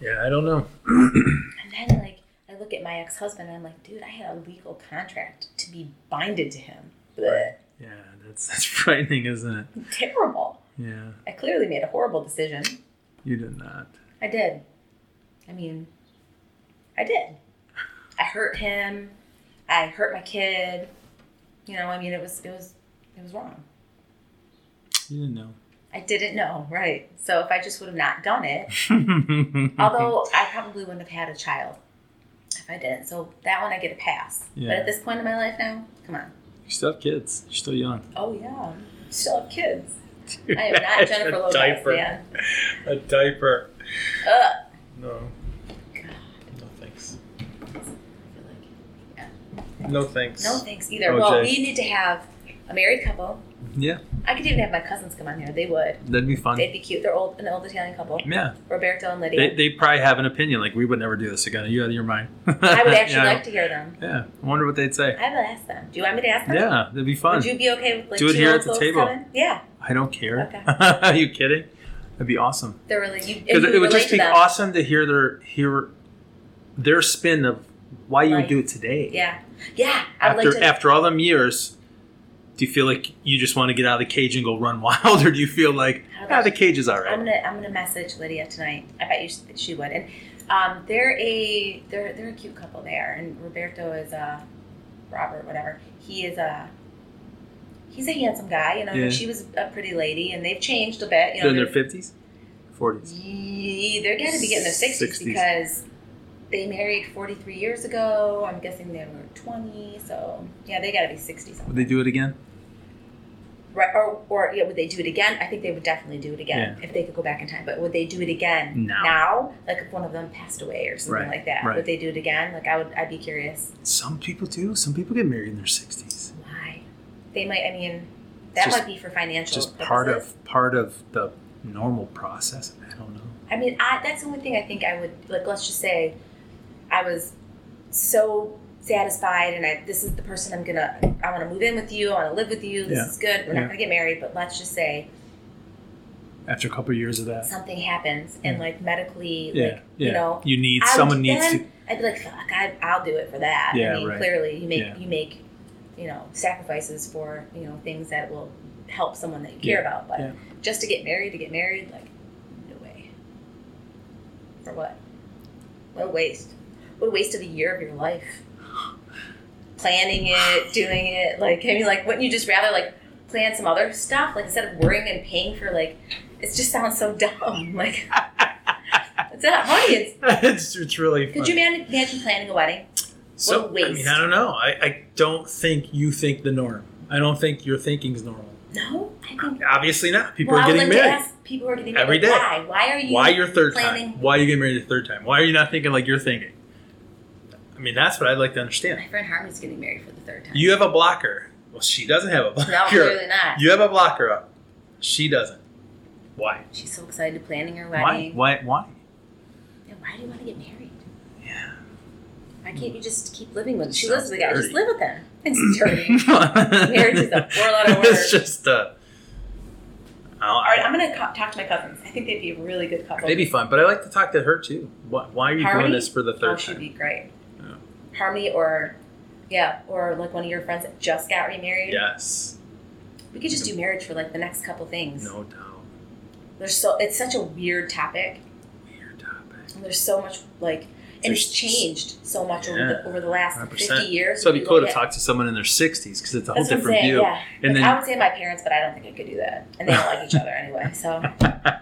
S3: Yeah, I don't know.
S2: And then like I look at my ex husband and I'm like, dude, I had a legal contract to be binded to him. Blech.
S3: Yeah, that's that's frightening, isn't it?
S2: Terrible.
S3: Yeah,
S2: I clearly made a horrible decision.
S3: you did not.
S2: I did. I mean, I did. I hurt him. I hurt my kid. You know, I mean, it was it was it was wrong.
S3: You didn't
S2: I didn't know, right? So if I just would have not done it,
S3: know.
S2: although I probably wouldn't have had a child if I didn't. So that one I get a pass.
S3: Yeah.
S2: But at this point in my life now, come on.
S3: you still have kids. You're still young.
S2: Oh yeah, I still have kids. I am not Jennifer Lopez. Man.
S3: A diaper.
S2: Ugh.
S3: No.
S2: God,
S3: No thanks.
S2: I feel like
S3: No thanks.
S2: no thanks either.
S3: OJ.
S2: Well, we need to have a married couple.
S3: Oh, Yeah,
S2: I could even have my cousins come on here. They would.
S3: that'd be fun.
S2: They'd be cute. They're old, an old Italian couple,
S3: yeah,
S2: Roberto and Lydia.
S3: they, they probably have an opinion. Like we would never do this again. Are you out of your mind?
S2: I would actually
S3: yeah,
S2: like to hear them.
S3: Yeah, I wonder what they'd say.
S2: I would ask them. Do you want me to ask them?
S3: Yeah, that'd be fun.
S2: Would you be okay with like
S3: Do it
S2: two
S3: here at
S2: old
S3: the
S2: souls
S3: table.
S2: coming? Yeah,
S3: I don't care.
S2: Okay.
S3: Are you kidding? That'd be awesome.
S2: they're really. You,
S3: Because
S2: and you
S3: it would
S2: relate
S3: just
S2: to
S3: be
S2: them.
S3: awesome to hear their hear their spin of why you would
S2: Like-
S3: do it today.
S2: Yeah, yeah. I would
S3: After
S2: like to.
S3: after all them years. Do you feel like you just want to get out of the cage and go run wild, or do you feel like
S2: I'd
S3: ah,
S2: like-
S3: the cage is all right?
S2: I'm gonna I'm gonna message Lydia tonight. I bet you sh- she would. And um, they're a they're they're a cute couple. They are. And Roberto is uh Robert whatever. He is a he's a handsome guy. You know,
S3: Yeah.
S2: she was a pretty lady, and they've changed a bit. You
S3: They're
S2: know,
S3: in their
S2: they're-
S3: fifties, forties.
S2: Ye- they're got to be getting their 60s,
S3: 60s.
S2: because they married 43 years ago. I'm guessing they were 20, so yeah, they got to be 60 something.
S3: Would they do it again?
S2: right, or or yeah, would they do it again? I think they would definitely do it again if they could go back in time. But would they do it again
S3: Now.
S2: Like if one of them passed away or something
S3: Right,
S2: like that,
S3: right.
S2: would they do it again? Like I would, I'd be curious
S3: Some people do. Some people get married in their sixties.
S2: why they might. I mean, that
S3: Just-
S2: might be for financial.
S3: Just part
S2: purposes.
S3: of part of the normal process. I don't know.
S2: I mean, I, that's the only thing I think I would like. Let's just say, I was so satisfied, and I this is the person I'm gonna. I want to move in with you. I want to live with you. This
S3: Yeah.
S2: is good. We're
S3: Yeah.
S2: not gonna get married, but let's just say
S3: After a couple of years of that,
S2: something happens, and like medically,
S3: yeah,
S2: like
S3: yeah.
S2: you know,
S3: you need
S2: I
S3: someone
S2: would,
S3: needs
S2: then
S3: to.
S2: I'd be like, fuck, I, I'll do it for that.
S3: Yeah,
S2: I mean,
S3: right.
S2: clearly, you make
S3: Yeah.
S2: you make, you know, sacrifices for you know things that will help someone that you care
S3: Yeah,
S2: about. But
S3: yeah.
S2: just to get married, to get married, like, no way. For what? What a waste! What a waste of a year of your life. Planning it, doing it, like, I mean, like, wouldn't you just rather like plan some other stuff, like instead of worrying and paying for like, it just sounds so dumb. Like, it's not money. It's
S3: it's, it's really.
S2: could you man- imagine planning a wedding?
S3: So
S2: What a
S3: I mean,
S2: waste.
S3: I don't know. I, I don't think you think the norm. I don't think your thinking's normal.
S2: No, I think.
S3: Obviously not. People
S2: well,
S3: are
S2: I would
S3: getting
S2: like
S3: married.
S2: to ask people who are getting married
S3: Every day.
S2: Why? Why are you?
S3: Why your third
S2: planning?
S3: time? Why are you getting married a third time? Why are you not thinking like you're thinking? I mean, that's what I'd like to understand.
S2: My friend Harmony's getting married for the third time.
S3: You have a blocker. Well, she doesn't have a blocker.
S2: no, clearly not.
S3: You have a blocker up. She doesn't. Why?
S2: She's so excited planning her wedding.
S3: Why? Why? Why?
S2: Yeah, why do you want to get married?
S3: Yeah.
S2: Why can't you just keep living with? She
S3: Sounds
S2: lives with the guy. Just
S3: dirty.
S2: live with him. It's dirty.
S3: Marriage
S2: is a four-letter word.
S3: It's just uh, I don't-
S2: All right, I'm gonna co- talk to my cousins. I think they'd be a really good couple.
S3: They'd be fun, but I like to talk to her too. Why, why are you
S2: Harmony?
S3: doing this for the
S2: Oh,
S3: third
S2: she'd
S3: time?
S2: be great.
S3: Yeah.
S2: Harmony or. Yeah, or like one of your friends that just got remarried.
S3: Yes,
S2: We could just do marriage for like the next couple things.
S3: no doubt.
S2: There's so it's such a weird topic.
S3: Weird topic.
S2: And there's so much like, and
S3: There's-
S2: it's changed so much over,
S3: Yeah,
S2: the, over the last 50
S3: 100%.
S2: years.
S3: So it'd be
S2: You
S3: cool
S2: look
S3: to
S2: at-
S3: talk to someone in their 60s because it's a whole
S2: That's what I'm
S3: different
S2: saying,
S3: view.
S2: Yeah.
S3: And
S2: Like,
S3: then-
S2: I would say my parents, but I don't think I could do that. And they don't like each other anyway. So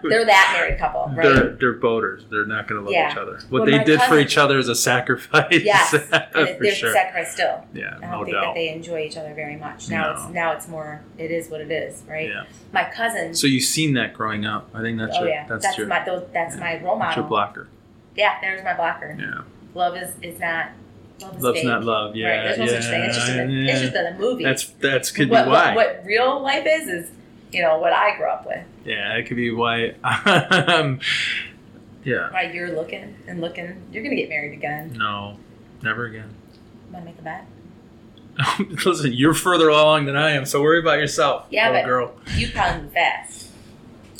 S2: they're that married couple, right?
S3: They're they're boaters. They're not going to love
S2: Yeah.
S3: each other. What
S2: Well,
S3: they
S2: my
S3: did for
S2: cousin-
S3: each other is a sacrifice.
S2: Yes. And they-
S3: uh, for
S2: they're
S3: sure.
S2: sacrificed still.
S3: yeah,
S2: I don't
S3: no
S2: think that
S3: doubt.
S2: they enjoy each other very much. Now
S3: No.
S2: it's now it's more it is what it is, right?
S3: Yeah.
S2: My cousin
S3: So you've seen that growing up. I think that's
S2: Oh
S3: your
S2: yeah,
S3: that's,
S2: that's,
S3: your
S2: my those, that's
S3: yeah.
S2: my role
S3: that's your
S2: model.
S3: blocker.
S2: yeah, there's my blocker.
S3: Yeah,
S2: Love is is not love is
S3: love's
S2: fake.
S3: not love. Yeah,
S2: right. There's no
S3: yeah,
S2: such thing. It's just in a,
S3: yeah.
S2: it's just in a movie.
S3: that's that's could
S2: what,
S3: be why.
S2: What, what real life is is you know what I grew up with.
S3: Yeah, that could be why. um, yeah,
S2: Why you're looking and looking, you're gonna get married again.
S3: no, never again.
S2: Want to make a bet?
S3: Listen, you're further along than I am, so worry about yourself,
S2: Yeah,
S3: little
S2: but- oh,
S3: girl.
S2: You probably move fast.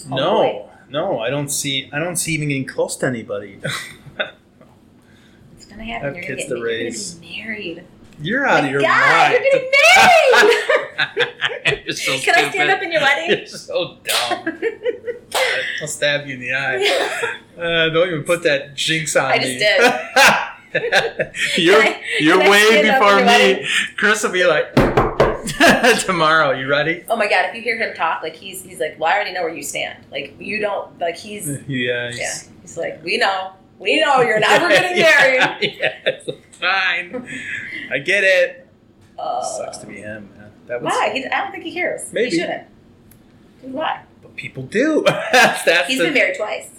S3: No, no, I don't see. I don't see even getting close to anybody.
S2: It's gonna
S3: Have
S2: happen. you're
S3: kids
S2: gonna
S3: to
S2: get married.
S3: raise.
S2: You're gonna be
S3: You're out
S2: married. My
S3: of your mind.
S2: God, you're getting married.
S3: You're so
S2: Can I
S3: stupid.
S2: stand up in your wedding?
S3: You're so dumb. I'll stab you in the eye. Uh, don't even put that jinx on
S2: I
S3: me.
S2: just
S3: did. you're
S2: Can I-
S3: you're
S2: can I
S3: way
S2: stand up in
S3: before
S2: your
S3: me.
S2: wedding?
S3: Chris will be like, tomorrow. You ready?
S2: oh my God! If you hear him talk, like he's he's like, well, I already know where you stand. Like you don't like he's
S3: Yeah.
S2: yeah. He's like, we know, we know you're never getting married.
S3: Yeah, it's fine. I get it.
S2: Uh,
S3: Sucks to be him, man. That was,
S2: Why? He, I don't think he cares.
S3: Maybe.
S2: He shouldn't. Why?
S3: But people do. that's that's
S2: He's
S3: the,
S2: been married twice.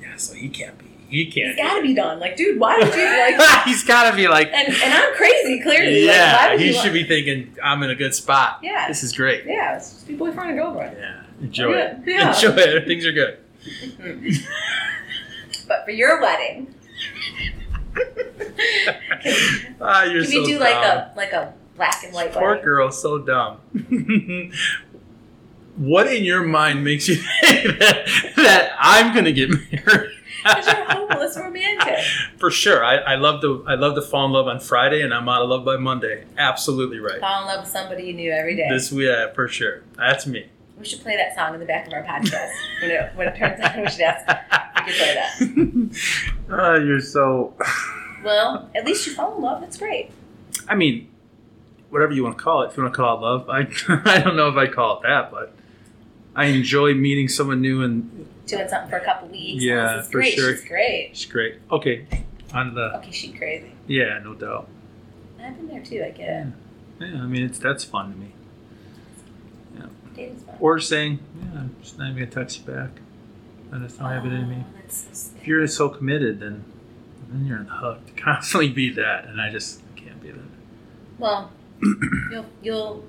S3: Yeah, so he can't be. He
S2: He's
S3: can't.
S2: got to be done. Like, dude, why would you like?
S3: He's gotta be like.
S2: And, and I'm crazy, clearly. like, why
S3: yeah,
S2: would
S3: he
S2: you
S3: should
S2: want-
S3: be thinking I'm in a good spot.
S2: Yeah.
S3: This is great.
S2: Yeah, let's just be boyfriend and girlfriend.
S3: Yeah, enjoy it.
S2: Yeah.
S3: Enjoy it. Things are good.
S2: But for your wedding,
S3: Ah, you're
S2: can
S3: so
S2: we do
S3: dumb.
S2: like a like a black and white
S3: Poor
S2: wedding?
S3: girl, so dumb. what in your mind makes you think that, that I'm gonna get married?
S2: 'Cause you're hopeless romantic.
S3: For sure, I, I love to I love to fall in love on Friday, and I'm out of love by Monday. Absolutely right.
S2: Fall in love with somebody you knew every day.
S3: This yeah, for sure. That's me.
S2: we should play that song in the back of our podcast when it when it turns out. We should ask. We could play that.
S3: Ah, you're so.
S2: Well, at least you fall in love. That's great.
S3: I mean, whatever you want to call it. If you want to call it love, I I don't know if I call it that, but I enjoy meeting someone new and
S2: Doing something for a couple weeks.
S3: Yeah,
S2: This is
S3: for
S2: great.
S3: sure.
S2: She's great.
S3: it's great. Okay, on the
S2: Okay, she's crazy.
S3: yeah, no doubt.
S2: I've been there too. I get it.
S3: Yeah, I mean it's that's fun to me.
S2: dating's bad.
S3: Or saying, yeah, I'm just not even gonna text you back. I just don't have it in me.
S2: Oh, that's so sad.
S3: If you're so committed, then then you're on the hook to constantly be that, and I just can't be that.
S2: Well, you'll you'll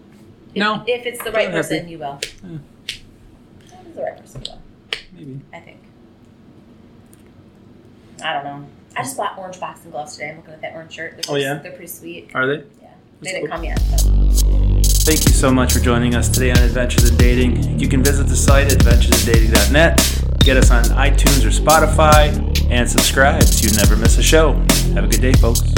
S2: if,
S3: No.
S2: if it's the right
S3: Doesn't have to.
S2: person, you will.
S3: Yeah.
S2: If it's the right person, you will.
S3: Maybe.
S2: I think. I don't know. I just bought orange boxing gloves today. I'm looking at that orange shirt. They're
S3: Oh,
S2: pretty-
S3: yeah?
S2: they're pretty sweet.
S3: Are they?
S2: Yeah,
S3: That's
S2: they didn't
S3: cool.
S2: come yet. But.
S1: Thank you so much for joining us today on Adventures in Dating. You can visit the site adventuresindating.net, get us on iTunes or Spotify, and subscribe so you never miss a show. Have a good day, folks.